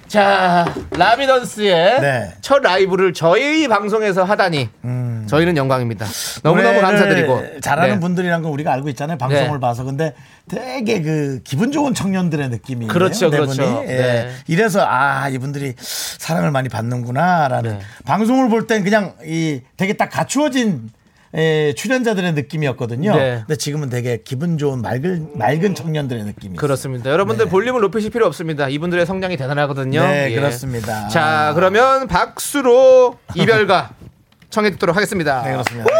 Speaker 2: 자 라미던스의
Speaker 1: 네.
Speaker 2: 첫 라이브를 저희 방송에서 하다니
Speaker 1: 음.
Speaker 2: 저희는 영광입니다. 너무너무
Speaker 1: 노래를
Speaker 2: 감사드리고
Speaker 1: 잘하는
Speaker 2: 네.
Speaker 1: 분들이란 건 우리가 알고 있잖아요. 방송을
Speaker 2: 네.
Speaker 1: 봐서. 근데 되게 그 기분 좋은 청년들의 느낌이
Speaker 2: 그렇죠, 그렇죠.
Speaker 1: 예.
Speaker 2: 네.
Speaker 1: 이래서 아 이분들이 사랑을 많이 받는구나라는
Speaker 2: 네.
Speaker 1: 방송을 볼 땐 그냥 이 되게 딱 갖추어진 예, 출연자들의 느낌이었거든요.
Speaker 2: 네.
Speaker 1: 근데 지금은 되게 기분 좋은 맑은 맑은 청년들의 느낌이.
Speaker 2: 그렇습니다. 여러분들 볼륨을 높이실 필요 없습니다. 이분들의 성량이 대단하거든요.
Speaker 1: 네,
Speaker 2: 예.
Speaker 1: 그렇습니다.
Speaker 2: 자 그러면 박수로 이별가 청해 듣도록 하겠습니다. 네
Speaker 1: 그렇습니다.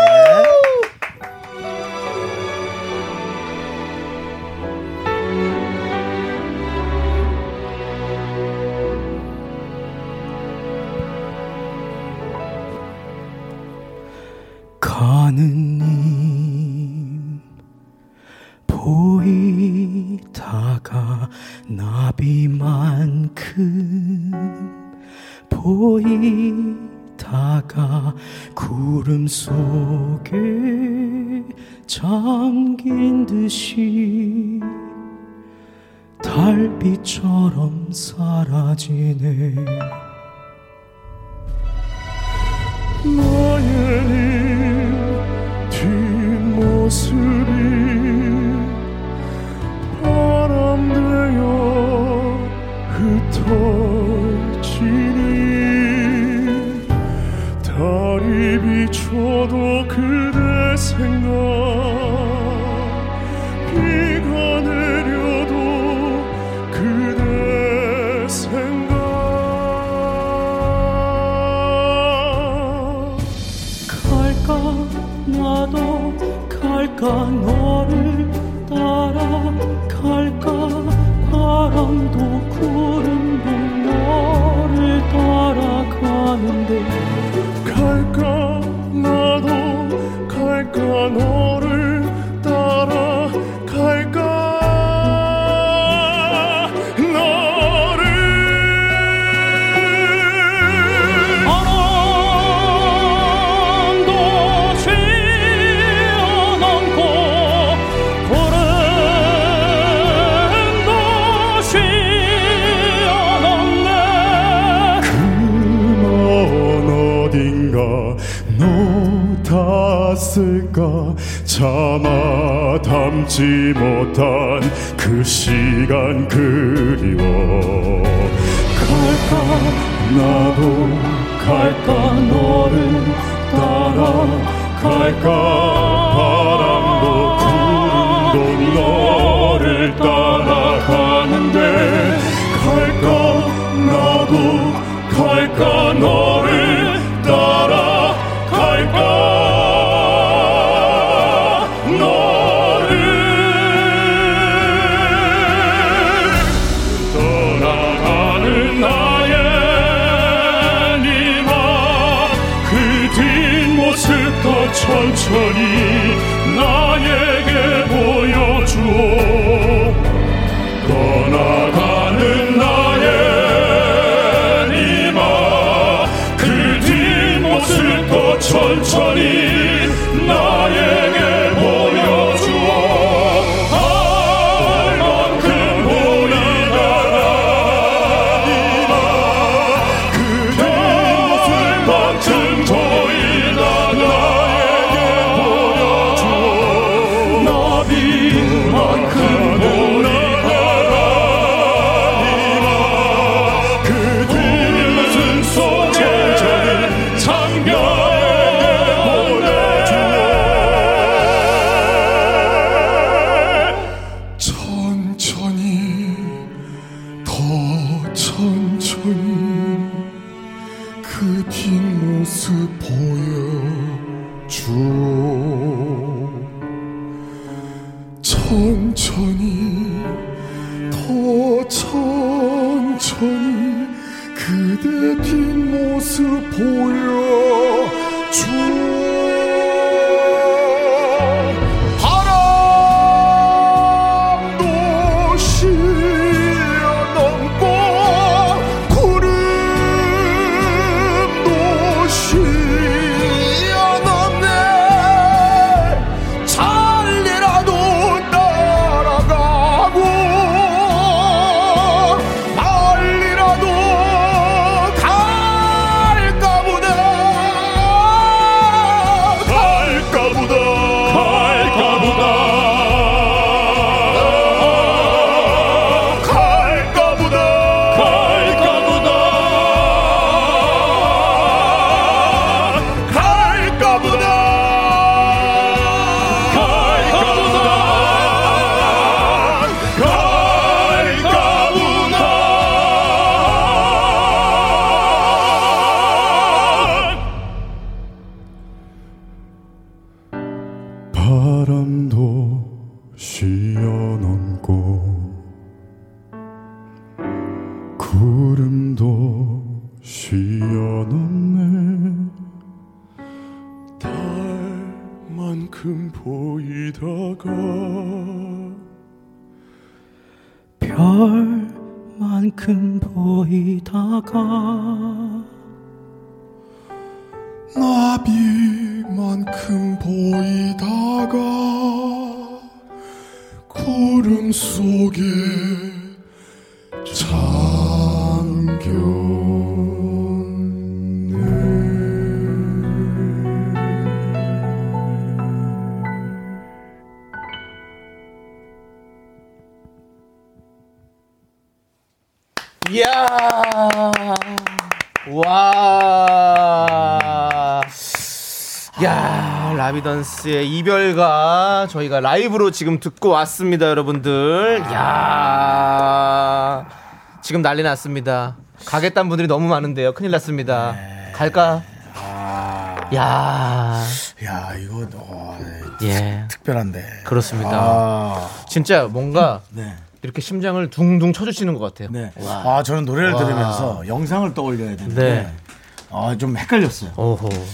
Speaker 12: 가느님 보이다가 나비만큼 보이다가 구름 속에 잠긴 듯이 달빛처럼 사라지네
Speaker 13: 너의 뒷모습이 바람되어 흩어지니 달이 비춰도 그대 생각 비가 내려도 그대 생각
Speaker 12: 갈까 나도 갈까 너를 따라 갈까 바람도 구름도 너를 따라가는데
Speaker 13: 갈까 나도 갈까 너를 따라 갈까 너를 바람도 지어넘고 구름도 지어넘네
Speaker 11: 그만 어딘가 놓았을까
Speaker 13: 차마 담지 못한 그 시간 그리워 갈까 나도 갈까 너를 따라 갈까 바람도 구름도 너를 따라가는데 갈까 나도 갈까 너를 따라 갈까 너를 떠나가는 나의 니마 그 뒷모습도 천천히 나에게 보여줘 떠나가는 나의 니마 그 뒷모습도 천천히 나에게 보여줘 얼만큼 보이다가 니마 그 뒷모습만큼 보이다 나에게 보여줘 그 뒷모습 보여주오 천천히 더 천천히 그대 뒷모습 보여주오 바람도 쉬어넘고 구름도 쉬어넘네 잘리라도 날아가고 멀리라도 갈까 보다 갈까 보다 갈까 보다 갈까 보다 갈까 보다 갈까 보다
Speaker 11: 바람도 쉬어넘고 구름도 쉬어넘네
Speaker 13: 만큼 보이다가
Speaker 12: 별만큼 보이다가
Speaker 13: 나비만큼 보이다가 구름 속에 잠겨
Speaker 2: 이야. 와. 야, 라비던스의 이별가 저희가 라이브로 지금 듣고 왔습니다, 여러분들. 야. 지금 난리 났습니다. 가겠다는 분들이 너무 많은데요. 큰일 났습니다.
Speaker 1: 네.
Speaker 2: 갈까?
Speaker 1: 아.
Speaker 2: 야.
Speaker 1: 야, 이거 어,
Speaker 2: 예.
Speaker 1: 특별한데.
Speaker 2: 그렇습니다.
Speaker 1: 아.
Speaker 2: 진짜 뭔가
Speaker 1: 네.
Speaker 2: 이렇게 심장을 둥둥 쳐주시는 것 같아요.
Speaker 1: 네.
Speaker 2: 와.
Speaker 1: 아, 저는 노래를
Speaker 2: 와.
Speaker 1: 들으면서 영상을 떠올려야 되는데.
Speaker 2: 네.
Speaker 1: 아, 좀 헷갈렸어요.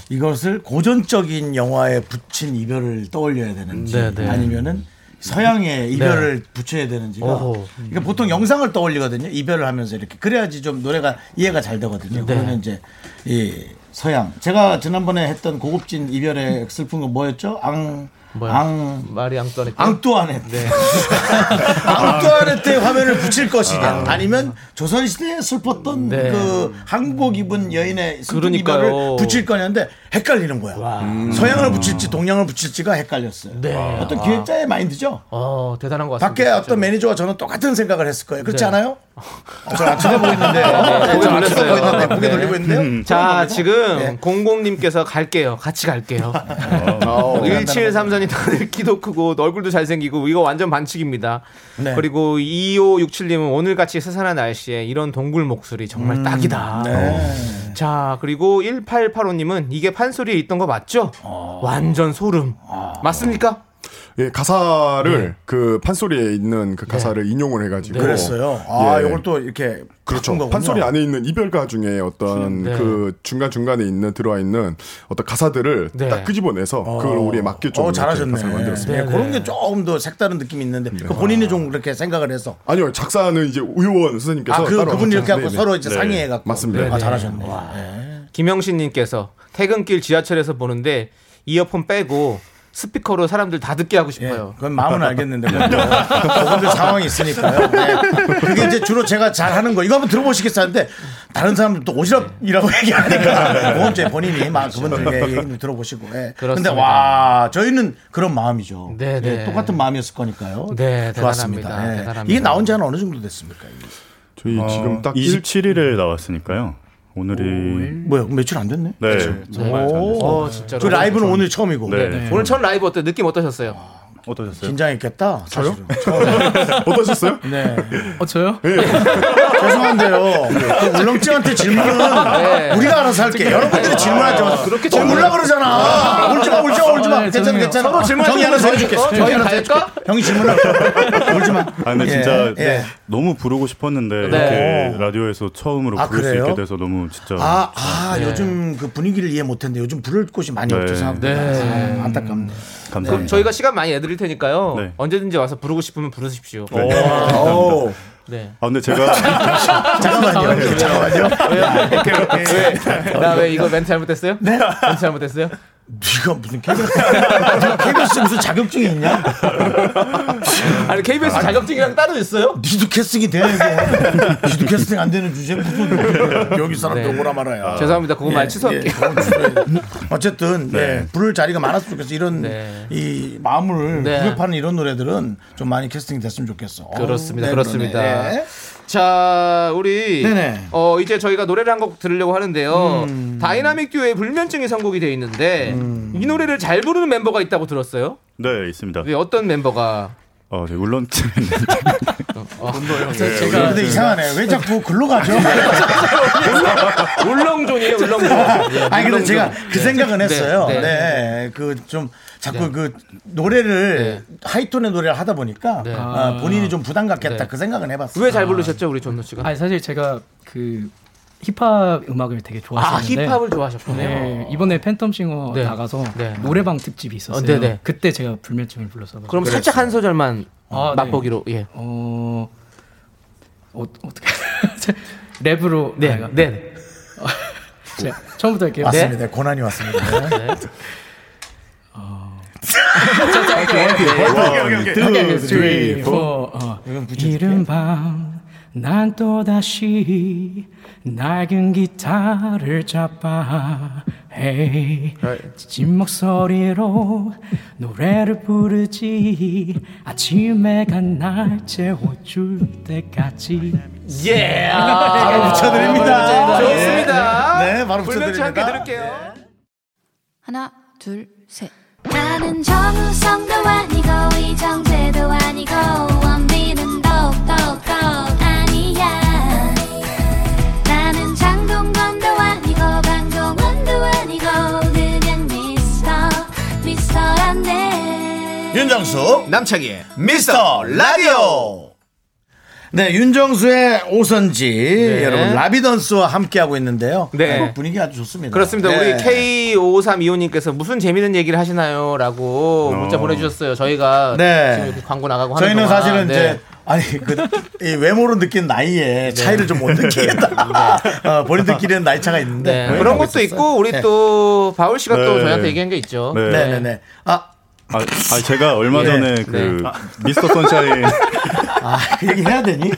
Speaker 1: 이것을 고전적인 영화에 붙인 이별을 떠올려야 되는지
Speaker 2: 네, 네.
Speaker 1: 아니면은 서양의 이별을 붙여야 되는지가
Speaker 2: 어허.
Speaker 1: 그러니까 보통 영상을 떠올리거든요. 이별을 하면서 이렇게 그래야지 좀 노래가 이해가 잘 되거든요.
Speaker 2: 네.
Speaker 1: 그러면 이제 이 서양 제가 지난번에 했던 고급진 이별의 슬픈 건 뭐였죠? 앙
Speaker 2: 뭐야?
Speaker 1: 앙
Speaker 2: 말이 앙 떠네.
Speaker 1: 앙뚜아네트
Speaker 2: 네.
Speaker 1: [LAUGHS] 앙뚜아네트의 화면을 붙일 것이냐 아니면 조선시대에 슬펐던
Speaker 2: 네.
Speaker 1: 그 한복 입은 여인의 슬픈
Speaker 2: 그러니까요.
Speaker 1: 이별을 붙일 거냐인데 헷갈리는 거야 음. 서양을 붙일지 동양을 붙일지가 헷갈렸어요
Speaker 2: 네.
Speaker 1: 어떤 기획자의 마인드죠
Speaker 2: 어, 대단한 것 같습니다.
Speaker 1: 밖에 어떤 매니저와 저는 똑같은 생각을 했을 거예요 그렇지
Speaker 2: 네.
Speaker 1: 않아요? 저안 쳐다보고 있는데요 네,
Speaker 2: 고개
Speaker 1: 저안 쳐다보고 있는데
Speaker 2: 돌렸어요.
Speaker 1: 고개 돌리고 있는데요
Speaker 2: 음.
Speaker 1: 음.
Speaker 2: 자,
Speaker 1: 네.
Speaker 2: 지금 공공님께서 갈게요. 같이 갈게요.
Speaker 1: 어,
Speaker 2: [LAUGHS] 1734님 다들 키도 크고 얼굴도 잘생기고 이거 완전 반칙입니다.
Speaker 1: 네.
Speaker 2: 그리고 2567님은 오늘같이 세산한 날씨에 이런 동굴 목소리
Speaker 1: 음,
Speaker 2: 정말 딱이다.
Speaker 1: 네.
Speaker 2: 어. 자, 그리고 1885님은 이게 판소리에 있던 거 맞죠?
Speaker 1: 어.
Speaker 2: 완전 소름.
Speaker 1: 아.
Speaker 2: 맞습니까?
Speaker 11: 예, 가사를 그 판소리에 있는 그 가사를 인용을 해가지고
Speaker 1: 네. 그랬어요. 아,
Speaker 11: 예.
Speaker 1: 이걸 또 이렇게
Speaker 11: 그렇죠.
Speaker 1: 바꾼 거군요.
Speaker 11: 판소리 안에 있는 이별가 중에 어떤
Speaker 1: 네.
Speaker 11: 그 중간 중간에 있는 들어와 있는 어떤 가사들을
Speaker 1: 네.
Speaker 11: 딱 끄집어내서 그걸 우리에 맞게 좀
Speaker 1: 어,
Speaker 11: 이렇게
Speaker 1: 잘하셨네.
Speaker 11: 가사를 만들었습니다. 네.
Speaker 1: 네, 그런 게 조금 더 색다른 느낌이 있는데 그 본인이 좀 그렇게 생각을 해서
Speaker 11: 아니요 작사는 이제 의원 선생님께서
Speaker 1: 아, 그-
Speaker 11: 따로
Speaker 1: 그분 이렇게
Speaker 11: 하셨죠.
Speaker 1: 하고
Speaker 11: 네네.
Speaker 1: 서로 이제
Speaker 11: 네.
Speaker 1: 상의해갖고.
Speaker 11: 맞습니다.
Speaker 1: 아, 잘하셨네.
Speaker 2: 김영신님께서 퇴근길 지하철에서 보는데 이어폰 빼고 스피커로 사람들 다 듣게 하고 싶어요.
Speaker 1: 예, 그건 마음은 알겠는데 그분들 상황이 있으니까요. 네. 그게 이제 주로 제가 잘하는 거 이거 한번 들어보시겠어 하는데 다른 사람들 또 오지랖이라고 [LAUGHS] 얘기하니까 그건 이제 본인이 막 그분들의 얘기를 들어보시고. 예. 근데
Speaker 2: 그렇습니다.
Speaker 1: 와 저희는 그런 마음이죠.
Speaker 2: 네, 네.
Speaker 1: 예, 똑같은 마음이었을 거니까요.
Speaker 2: 네,
Speaker 1: 좋았습니다.
Speaker 2: 대단합니다.
Speaker 1: 예.
Speaker 2: 대단합니다.
Speaker 1: 이게 나온 지는 어느 정도 됐습니까? 이게?
Speaker 9: 저희
Speaker 1: 어,
Speaker 9: 지금 딱 27일에 나왔으니까요. 오늘이
Speaker 1: 뭐야 며칠 안 됐네.
Speaker 9: 네,
Speaker 1: 그치?
Speaker 9: 정말
Speaker 1: 오.
Speaker 2: 어, 진짜로.
Speaker 1: 저 라이브는 오늘 처음이고.
Speaker 9: 네.
Speaker 2: 오늘 첫 라이브 어때? 느낌 어떠셨어요?
Speaker 9: 어떠셨어요?
Speaker 1: 긴장했겠다.
Speaker 9: 저요?
Speaker 11: 어떠셨어요?
Speaker 1: 네.
Speaker 10: 어 저요?
Speaker 1: [LAUGHS] 죄송한데요. 그 울렁증한테 질문은
Speaker 10: 네.
Speaker 1: 우리가 알아서 할게. 여러분들이 질문하지
Speaker 11: 아,
Speaker 1: 마세요.
Speaker 10: 그렇게
Speaker 1: 어, 몰라 그러잖아. 울지 마, 울지 마, 울지 마.
Speaker 9: 네,
Speaker 1: 괜찮아,
Speaker 9: 죄송해요.
Speaker 1: 괜찮아.
Speaker 9: 서로 질문해
Speaker 1: 형이 하나 더 해줄게.
Speaker 2: 어,
Speaker 9: 주세요.
Speaker 1: 형이 하나 더 해줄게.
Speaker 9: 갈까?
Speaker 1: 형이 질문할
Speaker 9: 아 근데
Speaker 1: 예,
Speaker 9: 진짜
Speaker 1: 예.
Speaker 9: 너무 부르고
Speaker 1: 네.
Speaker 9: 싶었는데
Speaker 11: 어.
Speaker 9: 이렇게 라디오에서 처음으로
Speaker 1: 아,
Speaker 9: 부를
Speaker 1: 그래요?
Speaker 9: 수 있게 돼서 너무 진짜
Speaker 1: 아, 아 요즘 그 분위기를 이해 못했는데 요즘 부를 곳이 많이
Speaker 9: 네.
Speaker 1: 없죠 생각보다.
Speaker 2: 네.
Speaker 1: 아, 안타깝네.
Speaker 2: 그럼 저희가 시간 많이 내드릴 테니까요.
Speaker 1: 네.
Speaker 2: 언제든지 와서 부르고 싶으면 부르십시오.
Speaker 9: 네.
Speaker 11: 어.
Speaker 9: 오.
Speaker 2: 네.
Speaker 9: 아 근데 제가
Speaker 2: 잠깐만요.
Speaker 1: 잠깐만요.
Speaker 2: 아,
Speaker 1: 아,
Speaker 2: 왜요?
Speaker 1: 오케이, 오케이.
Speaker 2: 왜? 나왜 이거 멘트 잘못했어요? 네? 멘트 잘못했어요?
Speaker 1: 네가 무슨 KBS KBS 무슨 자격증이 있냐?
Speaker 2: 아니 KBS 자격증이랑 따로 있어요?
Speaker 1: 니도 캐스팅이 돼 이거. 니도 캐스팅 안 되는 주제 무슨 그 여기 사람들
Speaker 2: 네.
Speaker 1: 오라 말아야.
Speaker 2: 죄송합니다. 그거
Speaker 1: 예,
Speaker 2: 말 취소할게요.
Speaker 1: 그건 취소해요. 어쨌든
Speaker 2: 네.
Speaker 1: 예, 부를 자리가 많았으면 좋겠어. 이런 이 마음을
Speaker 2: 네.
Speaker 1: 구급하는 이런 노래들은 좀 많이 캐스팅이 됐으면 좋겠어.
Speaker 2: 그렇습니다.
Speaker 1: 어, 네,
Speaker 2: 그렇습니다.
Speaker 1: 그러네. 네.
Speaker 2: 자, 우리
Speaker 1: 네네.
Speaker 2: 어 이제 저희가 노래를 한 곡 들으려고 하는데요.
Speaker 1: 음.
Speaker 2: 다이나믹 듀오의 불면증이 선곡이 되어 있는데 이 노래를 잘 부르는 멤버가 있다고 들었어요.
Speaker 9: 네 있습니다.
Speaker 2: 왜 어떤 멤버가 [LAUGHS]
Speaker 9: 어, 저 울렁증
Speaker 2: 제- 제가- 아, 네.
Speaker 1: 근데 이상하네. 왜 자꾸 글로 가죠?
Speaker 2: 울렁존이에요, 울렁존. 예,
Speaker 1: [LAUGHS] 아니 근데
Speaker 2: 울렁존.
Speaker 1: 제가 그
Speaker 2: 네.
Speaker 1: 생각은
Speaker 2: 네,
Speaker 1: 했어요. 네,
Speaker 2: 네.
Speaker 1: 그 좀 자꾸 그 노래를 하이톤의 노래를 하다 보니까
Speaker 2: 네.
Speaker 1: 아, 본인이 좀 부담 갖겠다
Speaker 10: 네.
Speaker 1: 그 생각은 해봤어요.
Speaker 2: 왜 잘 부르셨죠, 우리 존노 씨가?
Speaker 10: 아니 사실 제가 그 힙합 음악을 되게 좋아했었는데 네,
Speaker 2: 아, 힙합을 좋아하셨군요.
Speaker 10: 이번에 팬텀싱어
Speaker 2: 네.
Speaker 10: 나가서
Speaker 2: 네.
Speaker 10: 노래방 특집이 있었어요.
Speaker 2: 어, 네네.
Speaker 10: 그때 제가 불면증을 불렀어.
Speaker 2: 그럼 살짝 한 소절만
Speaker 10: 아,
Speaker 2: 맛보기로. 예.
Speaker 10: 어, 어 어떻게 [LAUGHS] 랩으로
Speaker 2: 네,
Speaker 10: 나가-
Speaker 2: 네.
Speaker 10: 어, 제가 처음부터 할게요.
Speaker 1: 왔습니다. 고난이
Speaker 2: 아,
Speaker 1: 왔습니다.
Speaker 10: 오케이,
Speaker 1: three,
Speaker 10: three,
Speaker 1: four.
Speaker 10: four. 어. 이른 밤난 또다시 낡은 기타를 잡아 헤이 진 목소리로 노래를 부르지 아침에가 날 재워줄 때까지
Speaker 2: 예
Speaker 10: 바로 붙여드립니다.
Speaker 1: 네.
Speaker 2: 좋습니다.
Speaker 10: 예. 네, 바로
Speaker 2: 불면증 함께
Speaker 10: 붙여드립니다.
Speaker 2: 들을게요.
Speaker 5: 하나, 둘, 셋. 나는 정우성도 아니고, 이정재도 아니고, 원빈은 더욱더 아니야. 나는 장동건도 아니고, 강동원도 아니고, 그냥 미스터, 미스터란데.
Speaker 1: 윤정수 남창희 미스터 라디오. 네, 윤정수의 오선지 여러분 라비던스와 함께 하고 있는데요.
Speaker 2: 네.
Speaker 1: 네. 분위기 아주 좋습니다.
Speaker 2: 그렇습니다.
Speaker 1: 네.
Speaker 2: 우리 K5325님께서 무슨 재밌는 얘기를 하시나요? 라고 문자
Speaker 1: 어.
Speaker 2: 보내주셨어요. 저희가
Speaker 1: 네.
Speaker 2: 지금 이렇게 광고 나가고 하는
Speaker 1: 저희는
Speaker 2: 동안.
Speaker 1: 사실은
Speaker 2: 네.
Speaker 1: 이제 아니 그이 외모로 느낀 나이에 차이를
Speaker 2: [LAUGHS]
Speaker 1: 좀 못 느끼겠다. 어, 본인들끼리는 나이 차가 있는데
Speaker 2: 네, 그런 것도 있고 우리 또 바울 씨가 또
Speaker 9: 네.
Speaker 2: 저희한테 얘기한 게 있죠.
Speaker 9: 네.
Speaker 1: 네네네. 아, [LAUGHS]
Speaker 9: 아, 아, 제가 얼마
Speaker 1: 예.
Speaker 11: 네.
Speaker 9: 전에 그
Speaker 11: 아,
Speaker 9: 미스터 선샤인
Speaker 1: 그 얘기 해야 되니?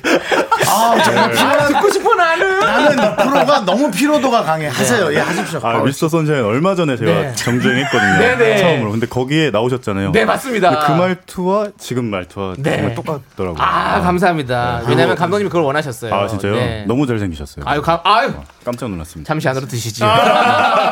Speaker 1: 아, 정말
Speaker 9: 네.
Speaker 1: 피곤한
Speaker 2: 듣고 싶어 나는.
Speaker 1: 나는 프로가 너무 피로도가 강해.
Speaker 2: 네.
Speaker 1: 하세요. 예, 하십시오.
Speaker 9: 아, 미스터 선샤인 얼마 전에 제가
Speaker 1: 네.
Speaker 9: [LAUGHS] 정주행했거든요.
Speaker 1: 네네.
Speaker 9: 처음으로. 근데 거기에 나오셨잖아요.
Speaker 2: 네, 맞습니다.
Speaker 9: 근데 그 말투와 지금 말투와
Speaker 2: 네.
Speaker 9: 정말 똑같더라고요.
Speaker 2: 아 감사합니다.
Speaker 9: 네.
Speaker 2: 왜냐하면
Speaker 9: 그리고-
Speaker 2: 감독님이 그걸 원하셨어요.
Speaker 9: 아, 진짜요?
Speaker 2: 네.
Speaker 9: 너무 잘생기셨어요.
Speaker 2: 아유 감 아유
Speaker 9: 깜짝 놀랐습니다.
Speaker 2: 잠시 안으로 드시지. [LAUGHS]
Speaker 9: 아,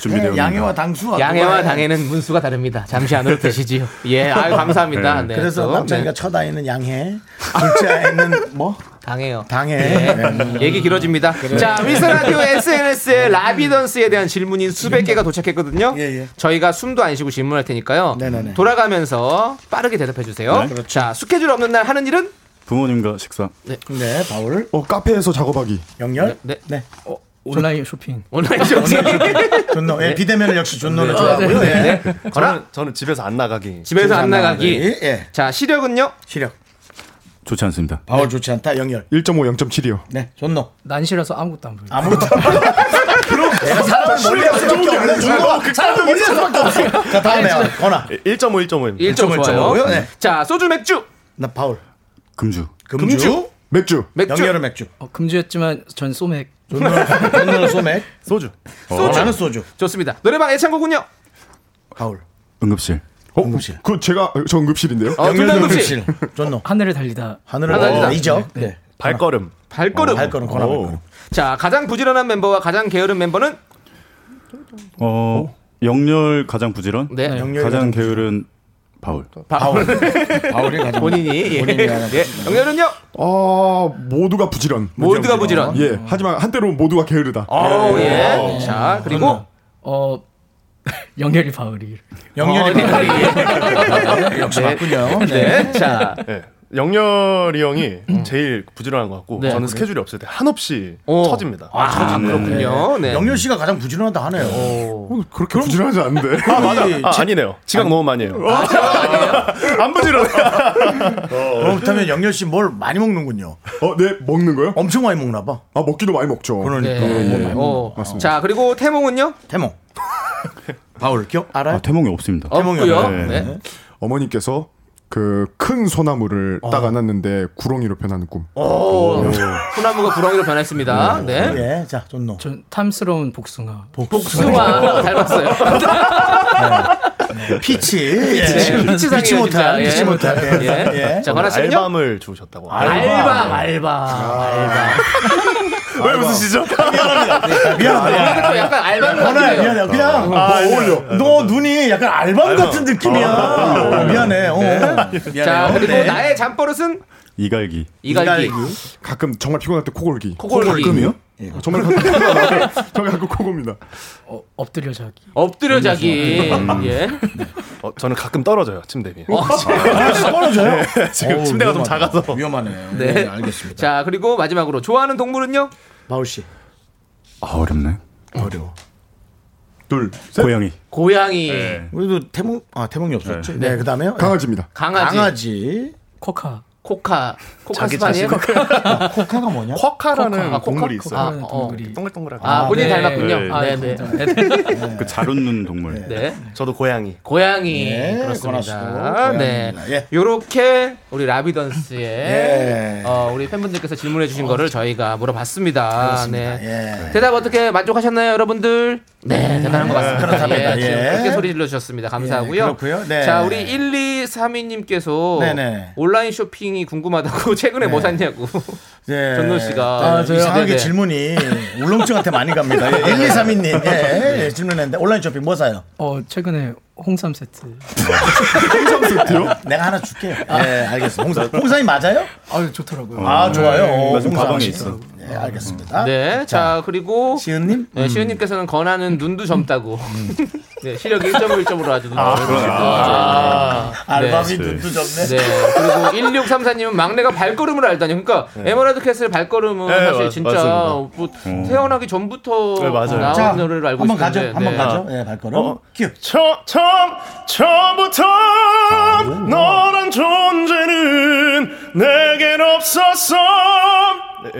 Speaker 9: 준비되어
Speaker 1: 네, 양해와 당수.
Speaker 2: 양해와 당해는 문수가 다릅니다. 잠시 안으로 드시지요. 예, 아유 감사합니다. 네,
Speaker 1: 그래서
Speaker 2: 또,
Speaker 1: 남자이가
Speaker 2: 네.
Speaker 1: 첫 아이는 양해, 둘째 아이는 뭐
Speaker 2: 당해요.
Speaker 1: 당해.
Speaker 2: 예.
Speaker 1: 네.
Speaker 2: 얘기 길어집니다. 자, 미스 라디오 SNS에 라비던스에 대한 질문이 수백 개가 도착했거든요. 저희가 숨도 안 쉬고 질문할 테니까요. 돌아가면서 빠르게 대답해 주세요.
Speaker 9: 네.
Speaker 2: 자, 스케줄 없는 날 하는 일은
Speaker 9: 부모님과 식사.
Speaker 2: 네.
Speaker 1: 네, 바울.
Speaker 11: 어, 카페에서 작업하기.
Speaker 1: 영열?
Speaker 2: 네.
Speaker 1: 네.
Speaker 10: 온라인 쇼핑.
Speaker 2: 온라인 쇼핑.
Speaker 1: 존노. 예, 비대면을 역시 존노를
Speaker 7: 네.
Speaker 1: 좋아하고요.
Speaker 7: 아, 네.
Speaker 1: 네.
Speaker 7: 저는, 저는 집에서 안 나가기.
Speaker 2: 집에서 안 나가기.
Speaker 1: 예.
Speaker 2: 자, 시력은요?
Speaker 1: 시력.
Speaker 9: 좋지 않습니다.
Speaker 1: 바울 좋지 않다. 영열.
Speaker 11: 1.5, 0.7이요.
Speaker 1: 네, 존노.
Speaker 10: 난시라서 아무것도 안 보여.
Speaker 1: 아무것도. [LAUGHS] 네, 그럼 내가 사람을 몰래 할 수밖에 없는 존노가 사람을 몰래 할 수밖에 없어. 자, 다음에 예. 권아.
Speaker 7: 1.5, 1.5입니다.
Speaker 2: 1.5 좋아요.
Speaker 1: 네.
Speaker 2: 자, 소주 맥주.
Speaker 1: 나 바울.
Speaker 9: 금주.
Speaker 1: 금주? 금주?
Speaker 11: 맥주.
Speaker 2: 맥주.
Speaker 1: 영열은 맥주.
Speaker 10: 어, 금주였지만 전 소맥.
Speaker 1: 존노는 소맥. 소주.
Speaker 2: 소주.
Speaker 1: 나는 소주.
Speaker 2: 좋습니다. 노래방 애창곡은요?
Speaker 1: 가을.
Speaker 9: 응급실.
Speaker 11: 어, 응급실. 그 제가 저 응급실인데요.
Speaker 2: 어, 둘다 응급실.
Speaker 1: 존노.
Speaker 10: 하늘을 달리다.
Speaker 1: 하늘을
Speaker 2: 하나
Speaker 1: 달리다.
Speaker 2: 달리다.
Speaker 1: 이적. 네.
Speaker 7: 발걸음.
Speaker 2: 어, 발걸음.
Speaker 1: 어, 발걸음 권아
Speaker 2: 오.
Speaker 1: 발걸음.
Speaker 2: 자, 가장 부지런한 멤버와 가장 게으른 멤버는
Speaker 9: 어, 영렬 가장 부지런.
Speaker 2: 네. 영렬이
Speaker 9: 가장 게으른 바울.
Speaker 1: 바울.
Speaker 11: 바울이 가장-
Speaker 2: 본인이. 예.
Speaker 11: 본인이 가장-
Speaker 2: 예. 영렬은요?
Speaker 11: 아 모두가 부지런.
Speaker 2: 모두가 부지런.
Speaker 11: 예. 하지만 한때로 모두가 게으르다.
Speaker 2: 어, 예.
Speaker 11: 어.
Speaker 2: 자, 그리고
Speaker 10: 어 [LAUGHS] 영렬이 바울이.
Speaker 7: 영렬이
Speaker 10: 어,
Speaker 7: 바울이.
Speaker 10: 역시 맞군요.
Speaker 7: 네.
Speaker 10: 네. 자.
Speaker 7: 네. 영렬이 형이
Speaker 9: 음.
Speaker 7: 제일 부지런한 것 같고
Speaker 1: 네.
Speaker 7: 저는
Speaker 1: 그래요?
Speaker 7: 스케줄이 없을 때 한없이 처집니다.
Speaker 1: 네. 영렬 씨가 가장 부지런하다 하네요.
Speaker 7: 그렇게
Speaker 11: 부지런하지 않은데.
Speaker 7: 아, 맞아. 아,
Speaker 1: 제-
Speaker 7: 아니네요. 어, 지각 너무 많이 해요.
Speaker 11: 안 부지런.
Speaker 1: 그렇다면 영렬 씨 뭘 많이 먹는군요.
Speaker 11: [LAUGHS] 어, 네 먹는 거요?
Speaker 1: 엄청 많이 먹나 봐.
Speaker 11: 아 먹기도 많이 먹죠. 네.
Speaker 1: 그러니까.
Speaker 9: 예, 예.
Speaker 2: 어. 자, 그리고 태몽은요?
Speaker 1: [LAUGHS] 태몽. 바울 어, 기억 알아요?
Speaker 9: 태몽이 없습니다.
Speaker 2: 네.
Speaker 11: 어머니께서 그 큰 소나무를 딱 안았는데 구렁이로 변하는 꿈.
Speaker 2: 오. 소나무가 구렁이로 변했습니다. 네.
Speaker 1: 예, 자, 존노.
Speaker 10: 전 탐스러운 복숭아.
Speaker 2: 복숭아 닮았어요.
Speaker 1: 그 피치.
Speaker 2: 피치.
Speaker 1: 예.
Speaker 2: 피치상이에요,
Speaker 1: 피치 못한,
Speaker 2: 진짜. 예.
Speaker 1: 피치 못한. 예.
Speaker 2: 예. 자, 관아 씨는요?
Speaker 7: 알밤을 주셨다고.
Speaker 2: 알바, 알바.
Speaker 7: 왜 웃으시죠?
Speaker 1: 미안하다.
Speaker 2: 또 약간 알바
Speaker 1: 권아야, 미안해. 그냥 뭐 어울려. 너 눈이 약간 알밤 같은 느낌이야. 어, 미안해. 어. 미안해요.
Speaker 2: 자, 그리고
Speaker 1: 네.
Speaker 2: 나의 잠버릇은
Speaker 9: 이갈기.
Speaker 2: 이갈기.
Speaker 11: 가끔 정말 피곤할 때 코골기.
Speaker 2: 코골기.
Speaker 11: 가끔이요?
Speaker 1: 예.
Speaker 11: 아, 정말 가끔 [LAUGHS] 피곤할 때 정말 가끔 코골입니다.
Speaker 10: 어, 엎드려 자기.
Speaker 2: 엎드려 자기.
Speaker 7: 음.
Speaker 2: 예.
Speaker 7: 어, 저는 가끔 떨어져요 침대 위에.
Speaker 2: 어,
Speaker 1: 떨어져요?
Speaker 7: 네, 지금
Speaker 1: 어우,
Speaker 7: 침대가
Speaker 1: 위험하다.
Speaker 7: 좀 작아서
Speaker 1: 위험하네.
Speaker 2: 네.
Speaker 1: 네, 알겠습니다.
Speaker 2: 자, 그리고 마지막으로 좋아하는 동물은요?
Speaker 1: 바울 씨.
Speaker 9: 아 어렵네.
Speaker 1: 어려워.
Speaker 11: 둘,
Speaker 9: 고양이.
Speaker 2: 고양이.
Speaker 1: 우리도 태몽 아 태몽이 없었지. 네, 그다음에요.
Speaker 11: 강아지입니다.
Speaker 2: 강아지.
Speaker 1: 강아지.
Speaker 10: 코카.
Speaker 2: 코카. 코카
Speaker 1: 자기
Speaker 2: 스파니엘.
Speaker 1: 자신. 코카가 뭐냐?
Speaker 7: 쿼카라는
Speaker 2: 쿼카, 쿼카?
Speaker 7: 동물이
Speaker 2: 쿼카?
Speaker 7: 있어요.
Speaker 2: 아, 어.
Speaker 7: 동글동글하고.
Speaker 2: 아, 본인이
Speaker 7: 네.
Speaker 2: 닮았군요.
Speaker 7: 네.
Speaker 2: 아, 네, 네.
Speaker 9: 그잘 웃는 동물.
Speaker 2: 네.
Speaker 7: 저도 고양이.
Speaker 2: 고양이
Speaker 7: 네,
Speaker 2: 그렇습니다.
Speaker 7: 권하시고
Speaker 2: 네,
Speaker 7: 고양이입니다.
Speaker 2: 이 요렇게 우리 라비던스의 어, 우리 팬분들께서 질문해주신 거를 저희가 물어봤습니다. 네, 대답 어떻게 만족하셨나요, 여러분들? 네, 대단한 것 같습니다.
Speaker 1: 그렇답니다.
Speaker 2: 예, 지금
Speaker 1: 예.
Speaker 2: 그렇게 소리 질러 주셨습니다. 감사하고요.
Speaker 1: 예, 그렇고요. 네.
Speaker 2: 자, 우리 1232님께서
Speaker 1: 네, 네.
Speaker 2: 온라인 쇼핑이 궁금하다고 [LAUGHS] 최근에 뭐 샀냐고.
Speaker 1: 예.
Speaker 2: 전노 네. 씨가
Speaker 1: 아, 저요.
Speaker 2: 네,
Speaker 1: 아, 이게
Speaker 2: 네.
Speaker 1: 질문이 울렁증한테 많이
Speaker 2: [LAUGHS]
Speaker 1: 갑니다. 1, 2, 3, 2님 예, 예, 질문했는데 온라인 쇼핑 뭐 사요?
Speaker 10: 어 최근에 홍삼 세트.
Speaker 1: 홍삼 세트요? 내가 하나 줄게요. 예, 알겠습니다. 홍삼. 홍삼이 맞아요?
Speaker 10: 아 좋더라고요.
Speaker 1: 아, 좋아요. 어,
Speaker 9: 요즘
Speaker 1: 홍삼.
Speaker 9: 가방에 있어.
Speaker 1: 예, 알겠습니다.
Speaker 2: 네, 자, 그리고
Speaker 1: 시은님,
Speaker 2: 네, 시은님께서는 권하는 눈도 젊다고. [LAUGHS] 네, 시력 1.5, 1.5로 아주 눈도
Speaker 1: 아,
Speaker 2: 젊으시고.
Speaker 1: 그러나.
Speaker 2: 아,
Speaker 1: 알바비
Speaker 2: 네.
Speaker 1: 눈도 접네.
Speaker 2: 네, 그리고 1634님은 막내가 발걸음을 알다니. 그러니까 에메랄드 캐슬 발걸음은
Speaker 7: 네,
Speaker 2: 사실
Speaker 7: 맞-
Speaker 2: 진짜
Speaker 7: 맞습니다.
Speaker 2: 뭐 태어나기 전부터
Speaker 7: 네, 맞아요.
Speaker 2: 나온
Speaker 7: 자,
Speaker 2: 노래를 알고
Speaker 1: 한번 가죠.
Speaker 2: 있는데.
Speaker 1: 한번
Speaker 2: 네.
Speaker 1: 가죠. 예, 발걸음. 큐.
Speaker 7: 처, 처음, 처음부터 너란 존재는 내겐 없었어.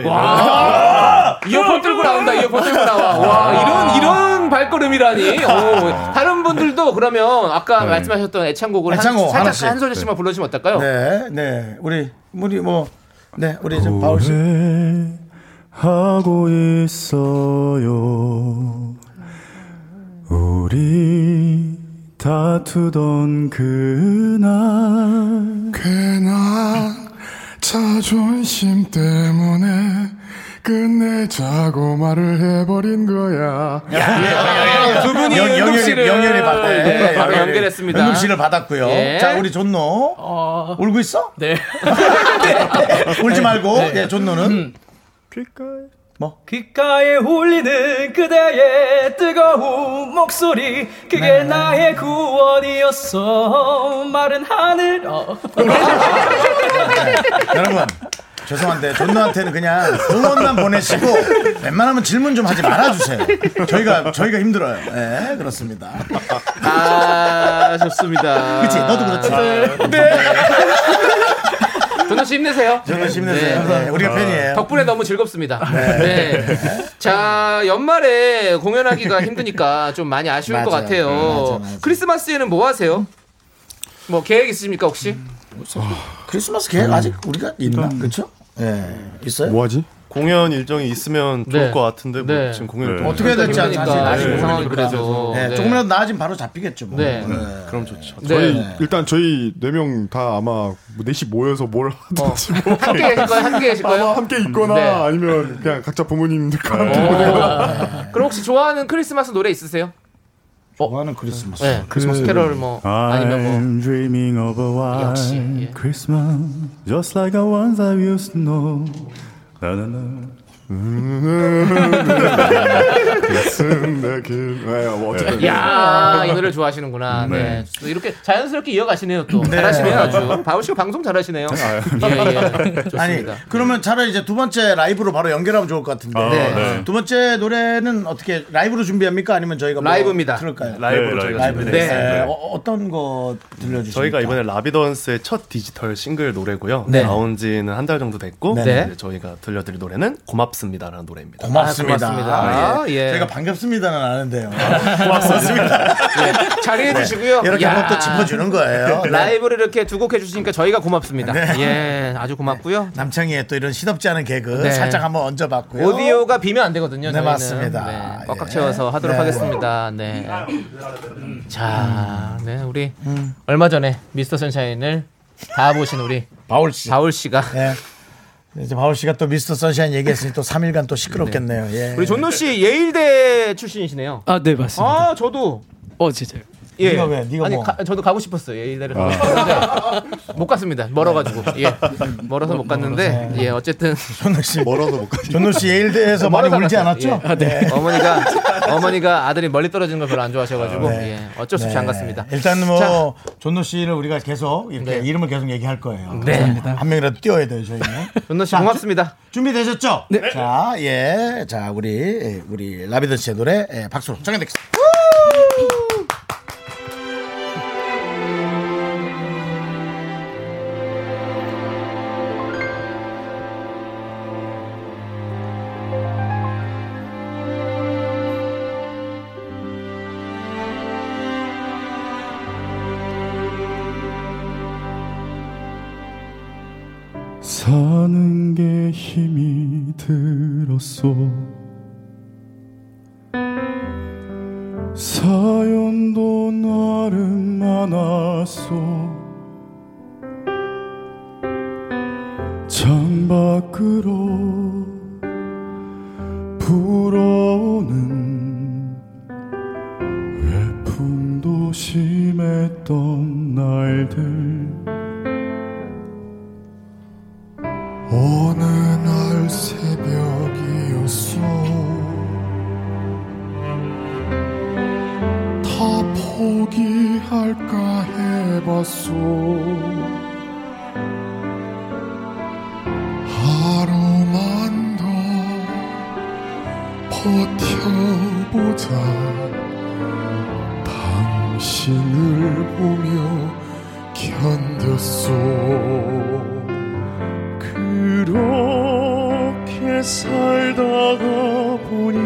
Speaker 2: 와! 네. 이어폰 들고 나온다. 이어폰 들고
Speaker 7: 아.
Speaker 2: 나와. 와, 이런 이런 발걸음이라니. 오, 다른 분들도 그러면
Speaker 7: 네.
Speaker 2: 아까 말씀하셨던 애창곡을
Speaker 1: 애창곡
Speaker 2: 한,
Speaker 1: 하나씩.
Speaker 2: 살짝 한 소절씩만 불러 주시면 어떨까요?
Speaker 1: 네, 네. 우리 우리 뭐 네, 우리
Speaker 5: 어,
Speaker 1: 좀 바울 씨.
Speaker 9: 하고 있어요. 우리 다투던 그날.
Speaker 13: 괜한 자존심 때문에 끝내자고 말을 해버린 거야.
Speaker 2: 두 분이 은동 씨를
Speaker 1: 영열이 받
Speaker 2: 네, 바로 연결했습니다.
Speaker 1: 은동 씨를 받았고요.
Speaker 2: 예.
Speaker 1: 자, 우리 존노. 울고 있어? [LAUGHS]
Speaker 10: 네.
Speaker 1: 울지 말고.
Speaker 10: 네.
Speaker 1: 예, 존노는
Speaker 2: 음.
Speaker 14: 귓가에 울리는 그대의 뜨거운 목소리 그게 나의 구원이었어 마른 하늘 어.
Speaker 1: 여러분 죄송한데 존노한테는 그냥 응원만 보내시고 웬만하면 질문 좀 하지 말아주세요. 저희가 저희가 힘들어요. 예, 그렇습니다.
Speaker 2: 아, 좋습니다.
Speaker 1: 그치, 너도 그렇지.
Speaker 2: 전호 씨 힘내세요.
Speaker 1: 존노 씨 힘내세요. 네, 우리가 팬이에요.
Speaker 2: 덕분에 너무 즐겁습니다. 네. 자, 연말에 공연하기가 힘드니까 좀 많이 아쉬울 것
Speaker 1: 맞아요.
Speaker 2: 같아요.
Speaker 1: 맞아, 맞아.
Speaker 2: 크리스마스에는 뭐 하세요? 뭐 계획 있으십니까, 혹시?
Speaker 1: 크리스마스 계획 아직 우리가 있나? 그렇죠? 예, 있어요?
Speaker 11: 뭐하지?
Speaker 7: 공연 일정이 있으면 음, 좋을
Speaker 1: 네.
Speaker 7: 것 같은데 뭐
Speaker 1: 네.
Speaker 7: 지금 공연
Speaker 1: 네. 어떻게 해야 될지 아직
Speaker 2: 그러니까,
Speaker 1: 아직
Speaker 7: 네.
Speaker 2: 아직 상황이
Speaker 1: 그러니까.
Speaker 2: 그래서.
Speaker 1: 네,
Speaker 2: 네.
Speaker 1: 조금이라도 나아지면 바로 잡히겠죠. 뭐.
Speaker 2: 네.
Speaker 7: 그럼 좋죠.
Speaker 11: 저희 일단 저희 네 명 다 아마 뭐 넷이 모여서 뭘 하든지 뭐
Speaker 2: 함께 계실 거예요? 함께 계실 거예요?
Speaker 11: 아마 함께 있거나
Speaker 2: 네.
Speaker 11: 아니면 그냥 각자 부모님들과 함께
Speaker 2: 그럼 혹시 좋아하는 크리스마스 노래 있으세요?
Speaker 1: 좋아하는 크리스마스.
Speaker 2: 네,
Speaker 7: 그
Speaker 2: 크리스마스 캐럴 뭐 아니면
Speaker 7: 네.
Speaker 2: 뭐 예.
Speaker 15: I'm dreaming of a white Christmas, just like the ones I used to know. 나나나.
Speaker 9: 쓴
Speaker 11: 그,
Speaker 9: 내길. 네, 뭐 어쨌든.
Speaker 2: 야, 이 노래를 좋아하시는구나.
Speaker 7: 음,
Speaker 2: 네. 또 이렇게 자연스럽게 이어가시네요, 또.
Speaker 1: 네.
Speaker 2: 잘하시네요, 아주. 바우 씨가 방송 잘하시네요.
Speaker 7: 아,
Speaker 2: 예, 예. 좋습니다.
Speaker 1: 아니 그러면 차라리 이제 두 번째 라이브로 바로 연결하면 좋을 것 같은데
Speaker 2: 아, 네.
Speaker 1: 두 번째 노래는 어떻게 라이브로 준비합니까 아니면 저희가 뭐
Speaker 2: 라이브입니다.
Speaker 1: 들을까요?
Speaker 7: 라이브로
Speaker 1: 네,
Speaker 7: 저희가
Speaker 1: 라이브
Speaker 7: 준비돼 있어요. 네.
Speaker 1: 어, 어떤 거 들려주시죠?
Speaker 7: 저희가 이번에 라비던스의 첫 디지털 싱글 노래고요.
Speaker 1: 네.
Speaker 7: 나온 지는 한 달 정도 됐고
Speaker 1: 네.
Speaker 7: 이제 저희가 들려드릴 노래는 고맙습니다라는 노래입니다.
Speaker 1: 고맙습니다.
Speaker 2: 네.
Speaker 7: 아, 예.
Speaker 1: 제가 반갑습니다는 아는데요.
Speaker 2: 예, 자리해 [LAUGHS] 주시고요.
Speaker 1: 네. [LAUGHS] 이렇게
Speaker 2: 야.
Speaker 1: 한번 또 짚어주는
Speaker 2: [LAUGHS]
Speaker 1: 거예요. 네.
Speaker 2: 라이브를 이렇게 두 곡 해주시니까 저희가 고맙습니다. 예, 아주 고맙고요.
Speaker 1: 남창희의 또 이런 시덥지 않은 개그
Speaker 2: 네.
Speaker 1: 살짝 한번 얹어봤고요.
Speaker 2: 오디오가 비면 안 되거든요.
Speaker 1: 네,
Speaker 2: 저희는.
Speaker 1: 맞습니다.
Speaker 2: 네, 꽉꽉
Speaker 1: 예.
Speaker 2: 채워서 하도록
Speaker 1: 네.
Speaker 2: 하겠습니다. 네. 자, 네, 우리
Speaker 1: 음.
Speaker 2: 얼마 전에 미스터 선샤인을 다 보신 우리
Speaker 1: 바울 씨.
Speaker 2: 바울 씨가
Speaker 1: 네. 이제 바울 씨가 또 미스터 선샤인 얘기했으니 또 3일간 또 시끄럽겠네요. 예.
Speaker 2: 우리 존노 씨 예일대 출신이시네요.
Speaker 16: 아, 네, 맞습니다.
Speaker 2: 아, 저도.
Speaker 16: 어, 진짜요?
Speaker 2: 예.
Speaker 1: 네가 왜? 네가
Speaker 2: 아니,
Speaker 1: 뭐?
Speaker 2: 가- 저도 가고 싶었어요. 예일대를 가고 싶었는데 못 갔습니다. 멀어가지고.
Speaker 1: 네.
Speaker 2: 예. 멀어서 못 갔는데 예, 어쨌든 [LAUGHS]
Speaker 1: 존노 씨
Speaker 7: 멀어서 못 갔어요.
Speaker 1: 존노 씨 예일대에서 많이
Speaker 2: 멀어서
Speaker 1: 울지
Speaker 2: 갔어요.
Speaker 1: 않았죠?
Speaker 2: 예. 어머니가 어머니가 아들이 멀리 떨어지는 걸 별로 안 좋아하셔가지고 예, 어쩔 수 없이
Speaker 1: 네.
Speaker 2: 안 갔습니다.
Speaker 1: 일단 뭐
Speaker 2: 자,
Speaker 1: 존노 씨를 우리가 계속 이렇게
Speaker 2: 네.
Speaker 1: 이름을 계속 얘기할 거예요.
Speaker 2: 네.
Speaker 1: 감사합니다. 한 명이라도 띄워야 돼요 저희는.
Speaker 2: [LAUGHS] 존노 씨
Speaker 1: 자,
Speaker 2: 고맙습니다.
Speaker 1: 준비되셨죠?
Speaker 2: 네.
Speaker 1: 자, 예, 자 우리 우리 라비던 씨의 노래 예, 박수로 정해드리겠습니다.
Speaker 15: 사는 게 힘이 들었소 사연도 나름 많았소 창밖으로 불어오는 외풍도 심했던 날들
Speaker 17: 어느 날 새벽이었어 다 포기할까 해봤소 하루만 더 버텨보자 당신을 보며 견뎠소
Speaker 13: 그렇게 살다가 보니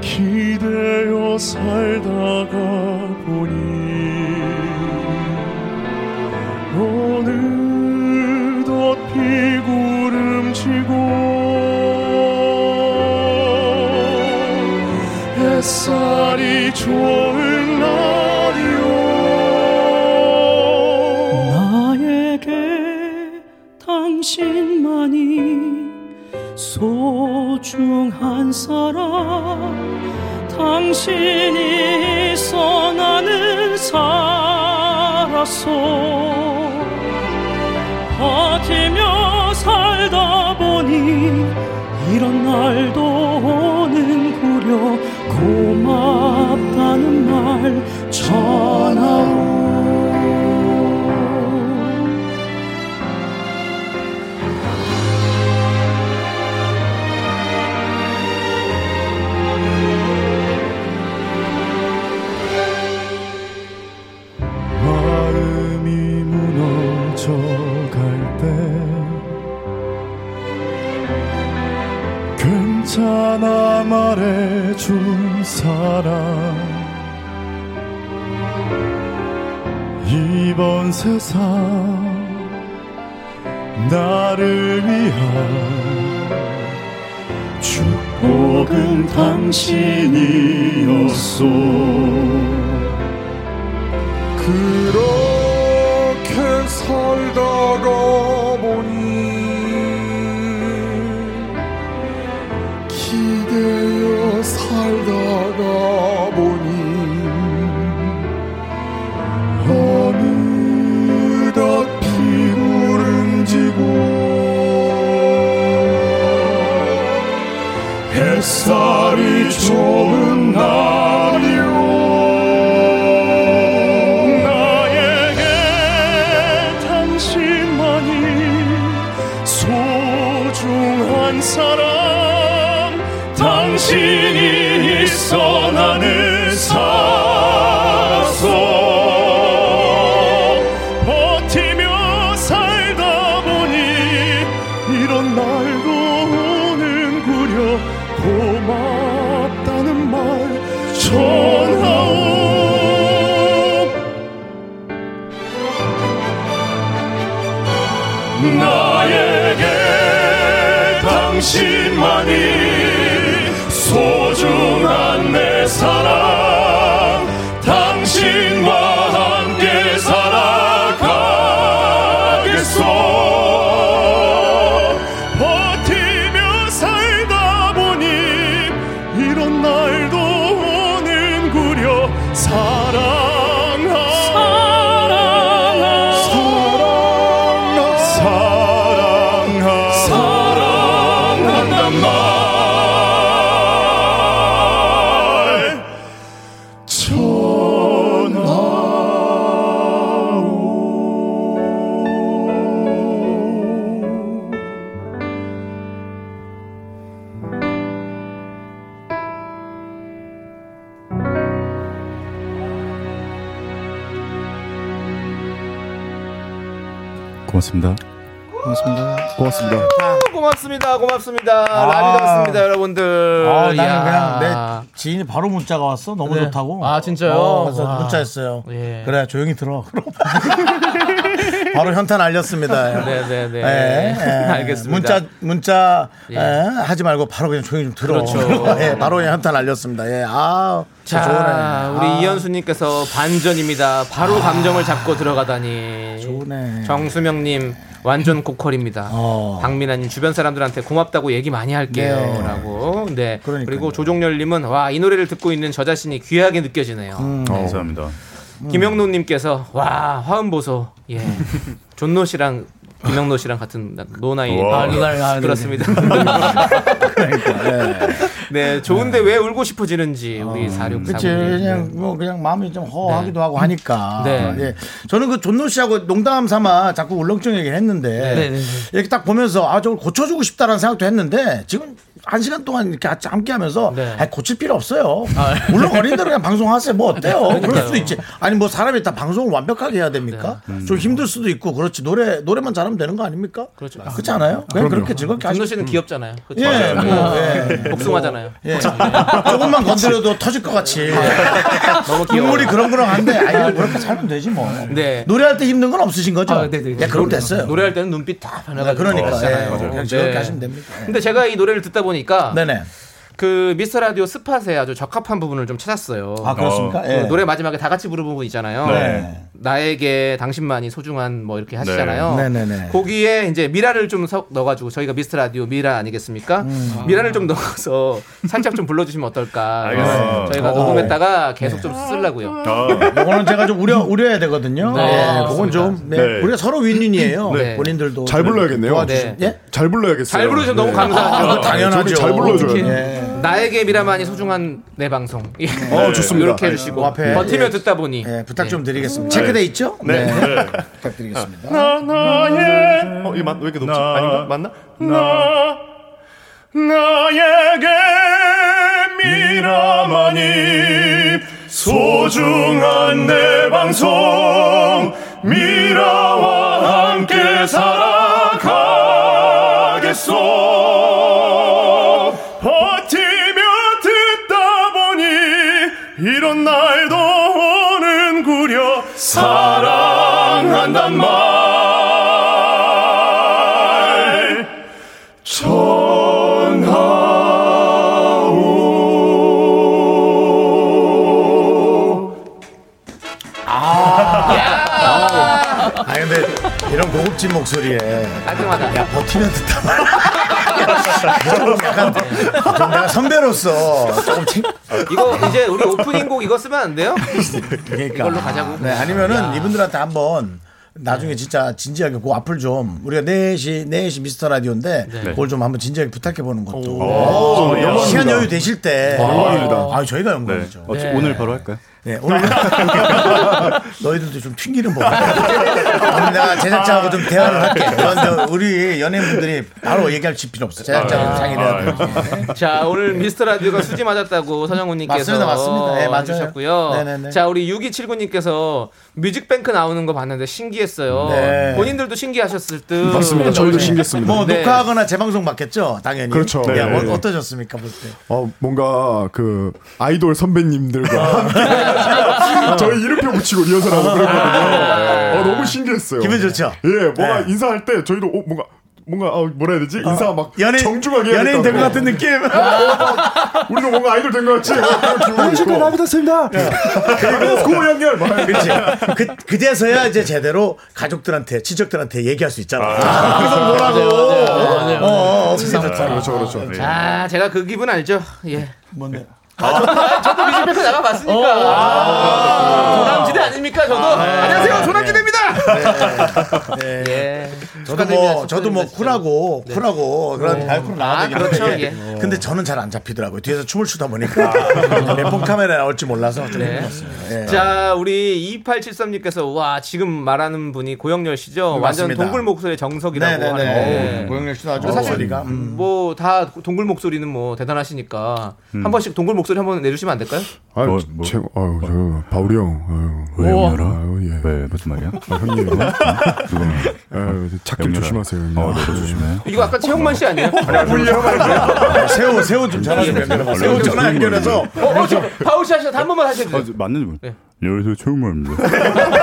Speaker 13: 기대어 살다가 보니 어느덧 비구름지고 햇살이 좋은 날이요
Speaker 10: 나에게 당신만이 소중한 사람 당신이 있어 나는 살았어 버티며 살다 보니 이런 날도 오는구려 고맙다는 말 전하오
Speaker 15: 마음이 무너져갈 때 괜찮아 말해준 사람 이번 세상 나를 위한 축복은 당신이었소
Speaker 17: 그렇게 살다가 보니 기대어
Speaker 18: 햇살이 좋은 날이오
Speaker 13: 나에게 당신만이 소중한 사람 당신이 있어 나는 살았어 버티며 살다 보니 이런 날도 오는구려 고맙다는 말 전하오
Speaker 18: 나에게 당신만이 소중한 내 사랑 당신과 함께 살아가겠소
Speaker 13: 버티며 살다 보니 이런 날도 오는구려 사랑하 사랑하 사랑하 사랑하 사랑한단 말
Speaker 9: 고맙습니다.
Speaker 1: 고맙습니다.
Speaker 9: 고맙습니다.
Speaker 2: 아, 고맙습니다. 고맙습니다.
Speaker 1: 아.
Speaker 2: 라디오였습니다, 여러분들.
Speaker 1: 아, 나는
Speaker 2: 어, 이야.
Speaker 1: 그냥 내 지인이 바로 문자가 왔어. 너무
Speaker 2: 네.
Speaker 1: 좋다고.
Speaker 2: 아, 진짜요?
Speaker 1: 어, 그래서
Speaker 2: 와.
Speaker 1: 문자했어요.
Speaker 2: 예.
Speaker 1: 그래 조용히 들어. [LAUGHS] 그럼. 바로 현탄 알렸습니다.
Speaker 2: [LAUGHS] 네, 네, 네.
Speaker 1: 예, 예.
Speaker 2: 알겠습니다.
Speaker 1: 문자 문자
Speaker 2: 예.
Speaker 1: 예, 하지 말고 바로 그냥 조용히 좀 들어.
Speaker 2: 그렇죠.
Speaker 1: [LAUGHS] 예, 바로 그냥 현탄 알렸습니다. 예, 아,
Speaker 2: 자,
Speaker 1: 좋네.
Speaker 2: 우리
Speaker 1: 아.
Speaker 2: 이현수님께서 반전입니다. 바로 감정을 잡고 들어가다니. 정수명님 완전 고퀄입니다. 박민아님 주변 사람들한테 고맙다고 얘기 많이
Speaker 1: 네.
Speaker 2: 할게요라고. 네. 그리고 조종열님은 와 이 노래를 듣고 있는 저 자신이 귀하게 느껴지네요. 네.
Speaker 9: 감사합니다.
Speaker 2: 김영노님께서 와 화음 보소. [LAUGHS] 예. 존노 씨랑 김영노 씨랑 같은 나- 노나이.
Speaker 9: 와.
Speaker 2: 아,
Speaker 9: 노나이, 아, 네네.
Speaker 2: 그렇습니다. [LAUGHS] 그러니까, 네, 좋은데 왜 울고 싶어지는지 우리 네. 사륙사.
Speaker 1: 그치 그냥 뭐 그냥 마음이 좀 허하기도 하고 하니까
Speaker 2: [LAUGHS] 네.
Speaker 1: 예. 저는 그 존노 씨하고 농담 삼아 자꾸 울렁증 얘기했는데
Speaker 2: 네, 네, 네.
Speaker 1: 이렇게 딱 보면서 아 저걸 고쳐주고 싶다라는 생각도 했는데 지금 한 시간 동안 이렇게 같이 함께하면서
Speaker 2: 네.
Speaker 1: 아, 고칠 필요 없어요 울렁거리는 대로 그냥 방송하세요 뭐 어때요
Speaker 2: 아, 네,
Speaker 1: 그럴 수도
Speaker 2: 그러니까요. 네.
Speaker 1: 있지 아니 뭐 사람이 다 방송을 완벽하게 해야 됩니까
Speaker 2: 음.
Speaker 1: 좀 힘들 수도 있고 그렇지 노래 노래만 잘하면 되는 거 아닙니까 그렇죠 그렇지 않아요 그냥 그렇게 즐겁게
Speaker 2: 준호
Speaker 1: 하시면
Speaker 2: 씨는 귀엽잖아요. 그쵸?
Speaker 1: 음. 예, 뭐,
Speaker 2: 예.
Speaker 1: 예.
Speaker 2: 복숭아잖아요. [LAUGHS]
Speaker 1: 예. 조금만 건드려도 터질 것 같이.
Speaker 2: 아, 네. 너무 귀여워.
Speaker 1: 눈물이 그렁그렁한데, 아, 이거 그렇게 살면 되지 뭐.
Speaker 2: 네.
Speaker 1: 노래할 때 힘든 건 없으신 거죠?
Speaker 2: 아, 네네.
Speaker 1: 예, 그럼 됐어요.
Speaker 2: 노래할 어, 때는 눈빛 다 변화가
Speaker 1: 네, 그러니까.
Speaker 2: 있잖아요.
Speaker 1: 예, 그냥
Speaker 2: 네.
Speaker 1: 즐겁게 하시면 됩니다. 예.
Speaker 2: 근데 제가 이 노래를 듣다 보니까
Speaker 1: 네네.
Speaker 2: 그 미스터 라디오 스팟에 아주 적합한 부분을 좀 찾았어요.
Speaker 1: 아, 그렇습니까?
Speaker 2: 어.
Speaker 1: 예.
Speaker 2: 그 노래 마지막에 다 같이 부르는 부분 있잖아요.
Speaker 1: 네.
Speaker 2: 나에게 당신만이 소중한 뭐 이렇게 하시잖아요.
Speaker 1: 네네네.
Speaker 2: 거기에 이제 미라를 좀 섞- 넣어가지고 저희가 미스터 라디오 미라 아니겠습니까?
Speaker 1: 음.
Speaker 2: 미라를 좀 넣어서 [LAUGHS] 살짝 좀 불러주시면 어떨까?
Speaker 1: 알겠습니다.
Speaker 2: 네. 저희가
Speaker 1: 어.
Speaker 2: 녹음했다가 계속 좀 쓰려고요.
Speaker 1: 그거는 제가 좀 우려, 우려야 되거든요.
Speaker 2: 네,
Speaker 1: 예, 그건
Speaker 2: 그렇습니다.
Speaker 1: 좀. 네.
Speaker 11: 네.
Speaker 1: 우리가 서로 윈윈이에요.
Speaker 11: 네.
Speaker 1: 본인들도.
Speaker 11: 잘 불러야겠네요.
Speaker 1: 도와주시- 예?
Speaker 11: 잘 불러야겠어요.
Speaker 2: 잘 부르셔서 너무
Speaker 11: 네.
Speaker 2: 감사하죠. 어,
Speaker 11: 아, 저기 잘 불러줘요.
Speaker 2: 네.
Speaker 1: 네.
Speaker 2: 나에게 미라만이 소중한 내 방송. 예.
Speaker 11: 어, 좋습니다.
Speaker 2: 이렇게 해주시고
Speaker 1: 앞에,
Speaker 2: 버티며
Speaker 1: 예.
Speaker 2: 듣다 보니
Speaker 1: 부탁 좀 드리겠습니다.
Speaker 2: 네.
Speaker 1: 체크돼 있죠?
Speaker 2: 네.
Speaker 1: [LAUGHS] 부탁드리겠습니다.
Speaker 13: 나 나의
Speaker 7: 어, 이맛 왜 이렇게 높지?
Speaker 13: 나-
Speaker 7: 아닌가? 맞나?
Speaker 13: 나 나에게 미라만이 소중한 내 방송 미라와 함께 살아가겠소 버티며 듣다 보니 이런 날도 오는구려 사랑한단 말
Speaker 1: 아, 근데 이런 고급진 목소리에.
Speaker 2: 예, 깔끔하다.
Speaker 1: 야, 버티면 듣다
Speaker 2: [LAUGHS]
Speaker 1: 말. 조금 약간 좀 내가 선배로서 조금 챙,
Speaker 2: 이거 이제 우리 오프닝 곡 이거 쓰면 안 돼요?
Speaker 1: [LAUGHS] 그러니까.
Speaker 2: 이걸로 가자고.
Speaker 1: 네, 아니면은 이분들한테 한번 나중에 진짜 진지하게 그 앞을 좀 우리가 4시 4시 미스터 라디오인데
Speaker 7: 네.
Speaker 1: 그걸 좀 한번 진지하게 부탁해 보는 것도
Speaker 7: 오,
Speaker 13: 어,
Speaker 1: 좀
Speaker 7: 영광입니다.
Speaker 1: 어, 네. 시간 여유 되실 때
Speaker 7: 아, 영광입니다.
Speaker 1: 아, 저희가 영광이죠.
Speaker 7: 네. 어, 네. 오늘 바로
Speaker 9: 할까요?
Speaker 1: 네, 오늘 [LAUGHS] 너희들도 좀 튕기는 법. 오늘 내가 제작자하고 좀 대화를 할게. 그런데 우리 연예인분들이 바로 얘기할 필요 없어.
Speaker 11: 아,
Speaker 1: 제작자하고 상의를 해야 돼.
Speaker 2: 자 오늘 미스터 라디오가 수지 맞았다고 서정훈님께서
Speaker 1: 네. 맞습니다, 맞습니다. 예, 맞아요.
Speaker 2: 해주셨고요.
Speaker 1: 네네네.
Speaker 2: 자 우리 6279님께서 뮤직뱅크 나오는 거 봤는데 신기했어요.
Speaker 1: 네.
Speaker 2: 본인들도 신기하셨을 듯.
Speaker 11: 맞습니다. 저희도 신기했습니다.
Speaker 1: 뭐
Speaker 11: 네.
Speaker 1: 녹화하거나 재방송 맞겠죠, 당연히.
Speaker 11: 그렇죠.
Speaker 1: 네.
Speaker 11: 네.
Speaker 1: 어, 어떠셨습니까 볼 때?
Speaker 11: 어, 뭔가 그 아이돌 선배님들과
Speaker 1: 아.
Speaker 11: 함께
Speaker 1: [LAUGHS]
Speaker 11: 저희 이름표 붙이고 리허설하고 그랬거든요. 어, 너무 신기했어요.
Speaker 1: 기분 좋죠?
Speaker 11: 예, 뭔가
Speaker 1: 네. 아,
Speaker 11: 인사할 때 저희도 어, 뭔가 뭔가 어, 뭐라 해야 되지? 인사 막
Speaker 1: 연예인-
Speaker 11: 정중하게 해야
Speaker 1: 연예인
Speaker 11: 된다고. 네.
Speaker 1: 된것 같은 느낌.
Speaker 11: 어, 우리도 뭔가 아이돌 된 것 같지? 오늘 실컷 하게 됐습니다. 그리고 고모 연결. 막 이렇게.
Speaker 1: 그렇지. 그 그제서야 이제 제대로 가족들한테, 친척들한테 얘기할 수 있잖아. 아, 그래서 뭐라고. 어, 어, 어,
Speaker 11: 네. 그렇죠, 그렇죠, 그렇죠.
Speaker 2: 아 제가 그 기분 알죠. 예.
Speaker 1: 뭔데? 어.
Speaker 2: 아, 저도 뮤직뱅크 나가봤으니까. 아, 조남지대 아닙니까 저도. 안녕하세요 조남지대입니다.
Speaker 1: 네.
Speaker 2: 예.
Speaker 1: 저도 뭐 저도 뭐 쿨하고 쿨하고 그런 발표로
Speaker 2: 네. 아,
Speaker 1: 나와야 되긴
Speaker 2: 그렇죠,
Speaker 1: 한데 음.
Speaker 2: 예.
Speaker 1: 근데 저는 잘 안 잡히더라고요. 뒤에서 춤을 추다 보니까 [LAUGHS] 몇번 카메라 나올지 몰라서 좀
Speaker 2: 네.
Speaker 1: 힘들었습니다. 예.
Speaker 2: 자, 우리 2873님께서 와 지금 말하는 분이 고영렬 씨죠.
Speaker 1: 네,
Speaker 2: 완전
Speaker 1: 맞습니다.
Speaker 2: 동굴 목소리 의 정석이라고
Speaker 1: 네네네.
Speaker 2: 하는데
Speaker 1: 어우, 고영렬 씨도 아주
Speaker 2: 근데 사실
Speaker 1: 목소리가, 음,
Speaker 2: 뭐 다 동굴 목소리는 뭐 대단하시니까
Speaker 1: 음.
Speaker 2: 한 번씩 동굴 목소리 한 번 내주시면 안 될까요?
Speaker 11: 아, 뭐, 제, 아유, 저, 바울이 형, 아유,
Speaker 2: 왜
Speaker 11: 우와.
Speaker 2: 연결아?
Speaker 11: 아유, 예. 왜, 무슨 말이야? 아, 형님, 누구 찾길 조심하세요.
Speaker 1: 아,
Speaker 11: 어,
Speaker 1: 네,
Speaker 11: 너 조심해.
Speaker 2: 이거 아까 최홍만 씨
Speaker 1: [LAUGHS]
Speaker 2: 아니에요?
Speaker 1: 뭐 새우 새우 좀
Speaker 2: 네.
Speaker 1: 전화 좀 연결해봐. 네, 새우 전화 연결해서
Speaker 2: 어, 어, 저, 바울 씨 하셔도 한 번만 하셔도 돼요.
Speaker 9: 어, 맞는지 모르. 여기서 최우모입니다.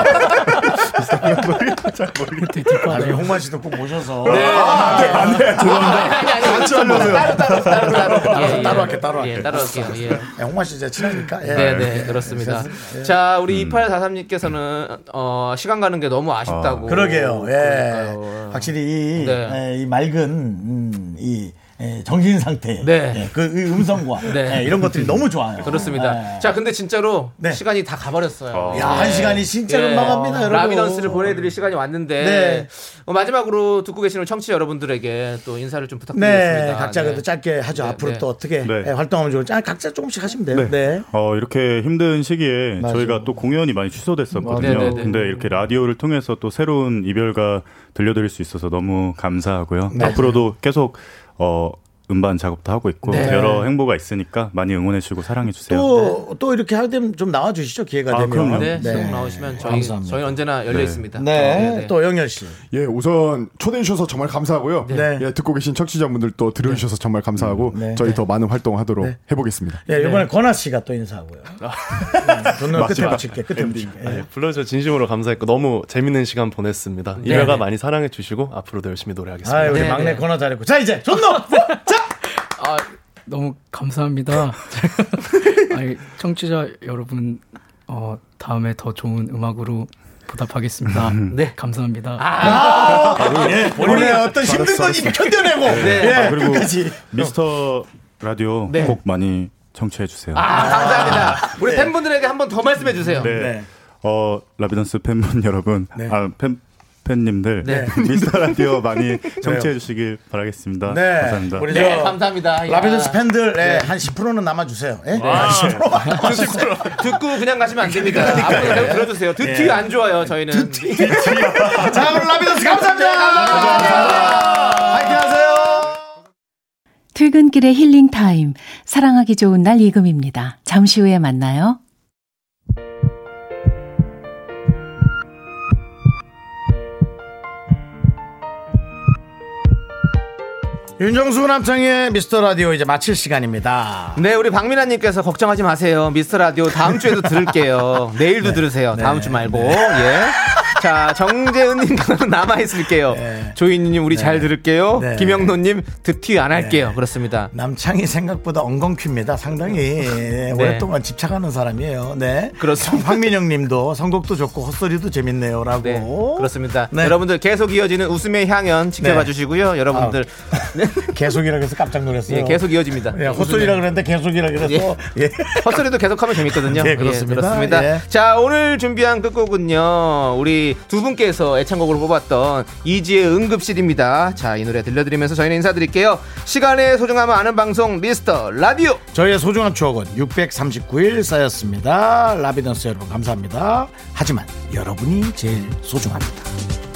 Speaker 1: 나중에 홍만 씨도 꼭 모셔서
Speaker 2: 네.
Speaker 1: 아, 네, 안 돼. 죄송합니다.
Speaker 2: 아니, 아니, 아니.
Speaker 1: 같이 하려고요.
Speaker 2: 따로, 따로, 따로, 따로. 예, 예.
Speaker 1: 따로 할게 따로 할게
Speaker 2: 예, 따로 할게요. 예.
Speaker 1: 야, 홍만 씨 이제 친하니까. 예.
Speaker 2: 네, 네, 그렇습니다.
Speaker 1: 예.
Speaker 2: 자, 우리 2843님께서는 어, 시간 가는 게 너무 아쉽다고.
Speaker 1: 그러게요. 예.
Speaker 2: 그러니까요.
Speaker 1: 확실히 이,
Speaker 2: 네.
Speaker 1: 예, 이 맑은 음, 이 예, 정신 상태,
Speaker 2: 네.
Speaker 1: 예, 그이 음성과
Speaker 2: 네.
Speaker 1: 예, 이런 것들이 너무 좋아요. 예. 네.
Speaker 2: 그렇습니다. 자, 근데 진짜로 시간이 다 가버렸어요.
Speaker 1: 야, 한 시간이 진짜 금방 갑니다, 여러분.
Speaker 2: 네. 예. 라비던스를 보내드릴 시간이 왔는데
Speaker 1: 네.
Speaker 2: 어, 마지막으로 듣고 계시는 청취자 여러분들에게 또 인사를 좀 부탁드리겠습니다.
Speaker 1: 네, 각자 그래도 짧게 하죠. 앞으로
Speaker 2: 네.
Speaker 1: 또 어떻게
Speaker 9: 네.
Speaker 1: 예, 활동하면 좋을지 아, 각자 조금씩 하시면 돼요. 네.
Speaker 9: 어, 이렇게 힘든 시기에
Speaker 1: 맞아요.
Speaker 9: 저희가 또 공연이
Speaker 1: 맞아요.
Speaker 9: 많이 취소됐었거든요.
Speaker 1: 네네네.
Speaker 9: 근데 이렇게 라디오를 통해서 또 새로운 이별가 들려드릴 수 있어서 너무 감사하고요.
Speaker 1: 네.
Speaker 9: 앞으로도 계속 어, 음반 작업도 하고 있고
Speaker 1: 네.
Speaker 9: 여러 행보가 있으니까 많이 응원해 주시고 사랑해 주세요.
Speaker 1: 또 또 이렇게 할 때면 좀 나와 주시죠. 기회가
Speaker 9: 아,
Speaker 1: 되면.
Speaker 9: 그럼요.
Speaker 2: 네, 시험 나오시면 저희
Speaker 11: 감사합니다.
Speaker 2: 저희 언제나 열려
Speaker 11: 네.
Speaker 2: 있습니다.
Speaker 1: 네,
Speaker 2: 어,
Speaker 1: 또 영열 씨.
Speaker 11: 예, 우선 초대해 주셔서 정말 감사하고요.
Speaker 1: 네.
Speaker 11: 예, 듣고 계신 청취자분들 또 들어 주셔서 정말 감사하고
Speaker 1: 네.
Speaker 11: 저희 더 많은 활동하도록
Speaker 1: 네.
Speaker 11: 해보겠습니다.
Speaker 1: 예, 이번에 권아 씨가 또
Speaker 2: [LAUGHS]
Speaker 1: 인사하고요.
Speaker 2: 아,
Speaker 1: 저는 끝에
Speaker 7: 마지막
Speaker 1: 붙일게. 끝에
Speaker 7: 엔딩.
Speaker 1: 붙일게.
Speaker 7: 네, 불러주셔서 진심으로 감사했고 너무 재밌는 시간 보냈습니다.
Speaker 1: 네.
Speaker 7: 이별가
Speaker 1: 네.
Speaker 7: 많이 사랑해 주시고 앞으로도 열심히 노래하겠습니다.
Speaker 1: 아, 우리
Speaker 2: 네,
Speaker 1: 막내 권아 잘했고. 자, 이제 존노.
Speaker 10: 아, 너무 [LAUGHS] 감사합니다. 아니, 청취자 여러분, 어, 다음에 더 좋은 음악으로 보답하겠습니다. [LAUGHS] 네, 감사합니다.
Speaker 19: 아.
Speaker 1: 예, 본인의 어떤 힘든 건 이미 견뎌내고.
Speaker 2: 네.
Speaker 1: 예,
Speaker 9: 아, 그리고
Speaker 1: 끝까지. 네.
Speaker 9: 미스터 라디오 꼭 많이 청취해 주세요.
Speaker 2: 아, 감사합니다. 우리 팬분들에게 한 번 더 말씀해 주세요.
Speaker 9: 네. 어, 라비던스 팬분 [LAUGHS] 여러분,
Speaker 1: 네.
Speaker 9: 아, 팬 팬님들
Speaker 2: 네.
Speaker 9: [LAUGHS] 미스터
Speaker 1: [LAUGHS]
Speaker 9: 라디오 많이 청취해 주시길 바라겠습니다.
Speaker 1: 네.
Speaker 9: 감사합니다.
Speaker 1: 우리
Speaker 2: 네,
Speaker 1: 저
Speaker 2: 감사합니다.
Speaker 1: 라비던스
Speaker 2: 야.
Speaker 1: 팬들 예,
Speaker 2: 네.
Speaker 1: 한 10%는 남아 주세요. 예?
Speaker 2: 아.
Speaker 1: 10%만 남아 주세요.
Speaker 2: 듣고 그냥 가시면 안 됩니다.
Speaker 1: [LAUGHS]
Speaker 2: 앞으로 계속 들어주세요. 드티
Speaker 1: 예.
Speaker 2: 안 좋아요, 저희는.
Speaker 1: 자, 오늘 라비던스 감사합니다.
Speaker 2: 네,
Speaker 1: 화이팅 하세요.
Speaker 19: 퇴근길의 힐링 타임. 사랑하기 좋은 날 이금입니다. 잠시 후에 만나요.
Speaker 1: 윤정수 남창의 미스터 라디오 이제 마칠 시간입니다.
Speaker 2: 네, 우리 박민아님께서 걱정하지 마세요. 미스터 라디오 다음
Speaker 1: [LAUGHS]
Speaker 2: 주에도 들을게요.
Speaker 1: 네.
Speaker 2: 내일도 들으세요. 다음 주 말고. 예. 자, 정재은님께서는 남아있을게요. 조인님, 우리 잘 들을게요.
Speaker 1: 네.
Speaker 2: 김영노님, 드티 안 할게요. 그렇습니다.
Speaker 1: 남창이 생각보다 엉겅퀴입니다.
Speaker 2: [LAUGHS]
Speaker 1: 상당히 예, 오랫동안 집착하는 사람이에요. 네.
Speaker 2: 네. 그렇습니다.
Speaker 1: 황민영 님도 선곡도 좋고 헛소리도 재밌네요. 라고.
Speaker 2: 네, 그렇습니다.
Speaker 1: 네.
Speaker 2: 여러분들 계속 이어지는 웃음의 향연 지켜봐
Speaker 1: 네.
Speaker 2: 주시고요. 여러분들
Speaker 1: 계속이라고 해서 깜짝 놀랐어요.
Speaker 2: 예, 계속 이어집니다.
Speaker 1: 예, 헛소리라 그랬는데 계속이라 그래서. [LAUGHS] 예. [LAUGHS]
Speaker 2: 헛소리도 계속하면 재밌거든요.
Speaker 1: 예, 그렇습니다.
Speaker 2: 그렇습니다.
Speaker 1: 예.
Speaker 2: 자, 오늘 준비한 끝곡은요. 우리 우리 두 분께서 애창곡으로 뽑았던 이지의 응급실입니다. 자, 이 노래 들려드리면서 저희는 인사드릴게요. 시간의 소중함을 아는 방송 미스터 라디오.
Speaker 1: 저희의 소중한 추억은 639일 쌓였습니다. 라비던스 여러분 감사합니다. 하지만 여러분이 제일 소중합니다.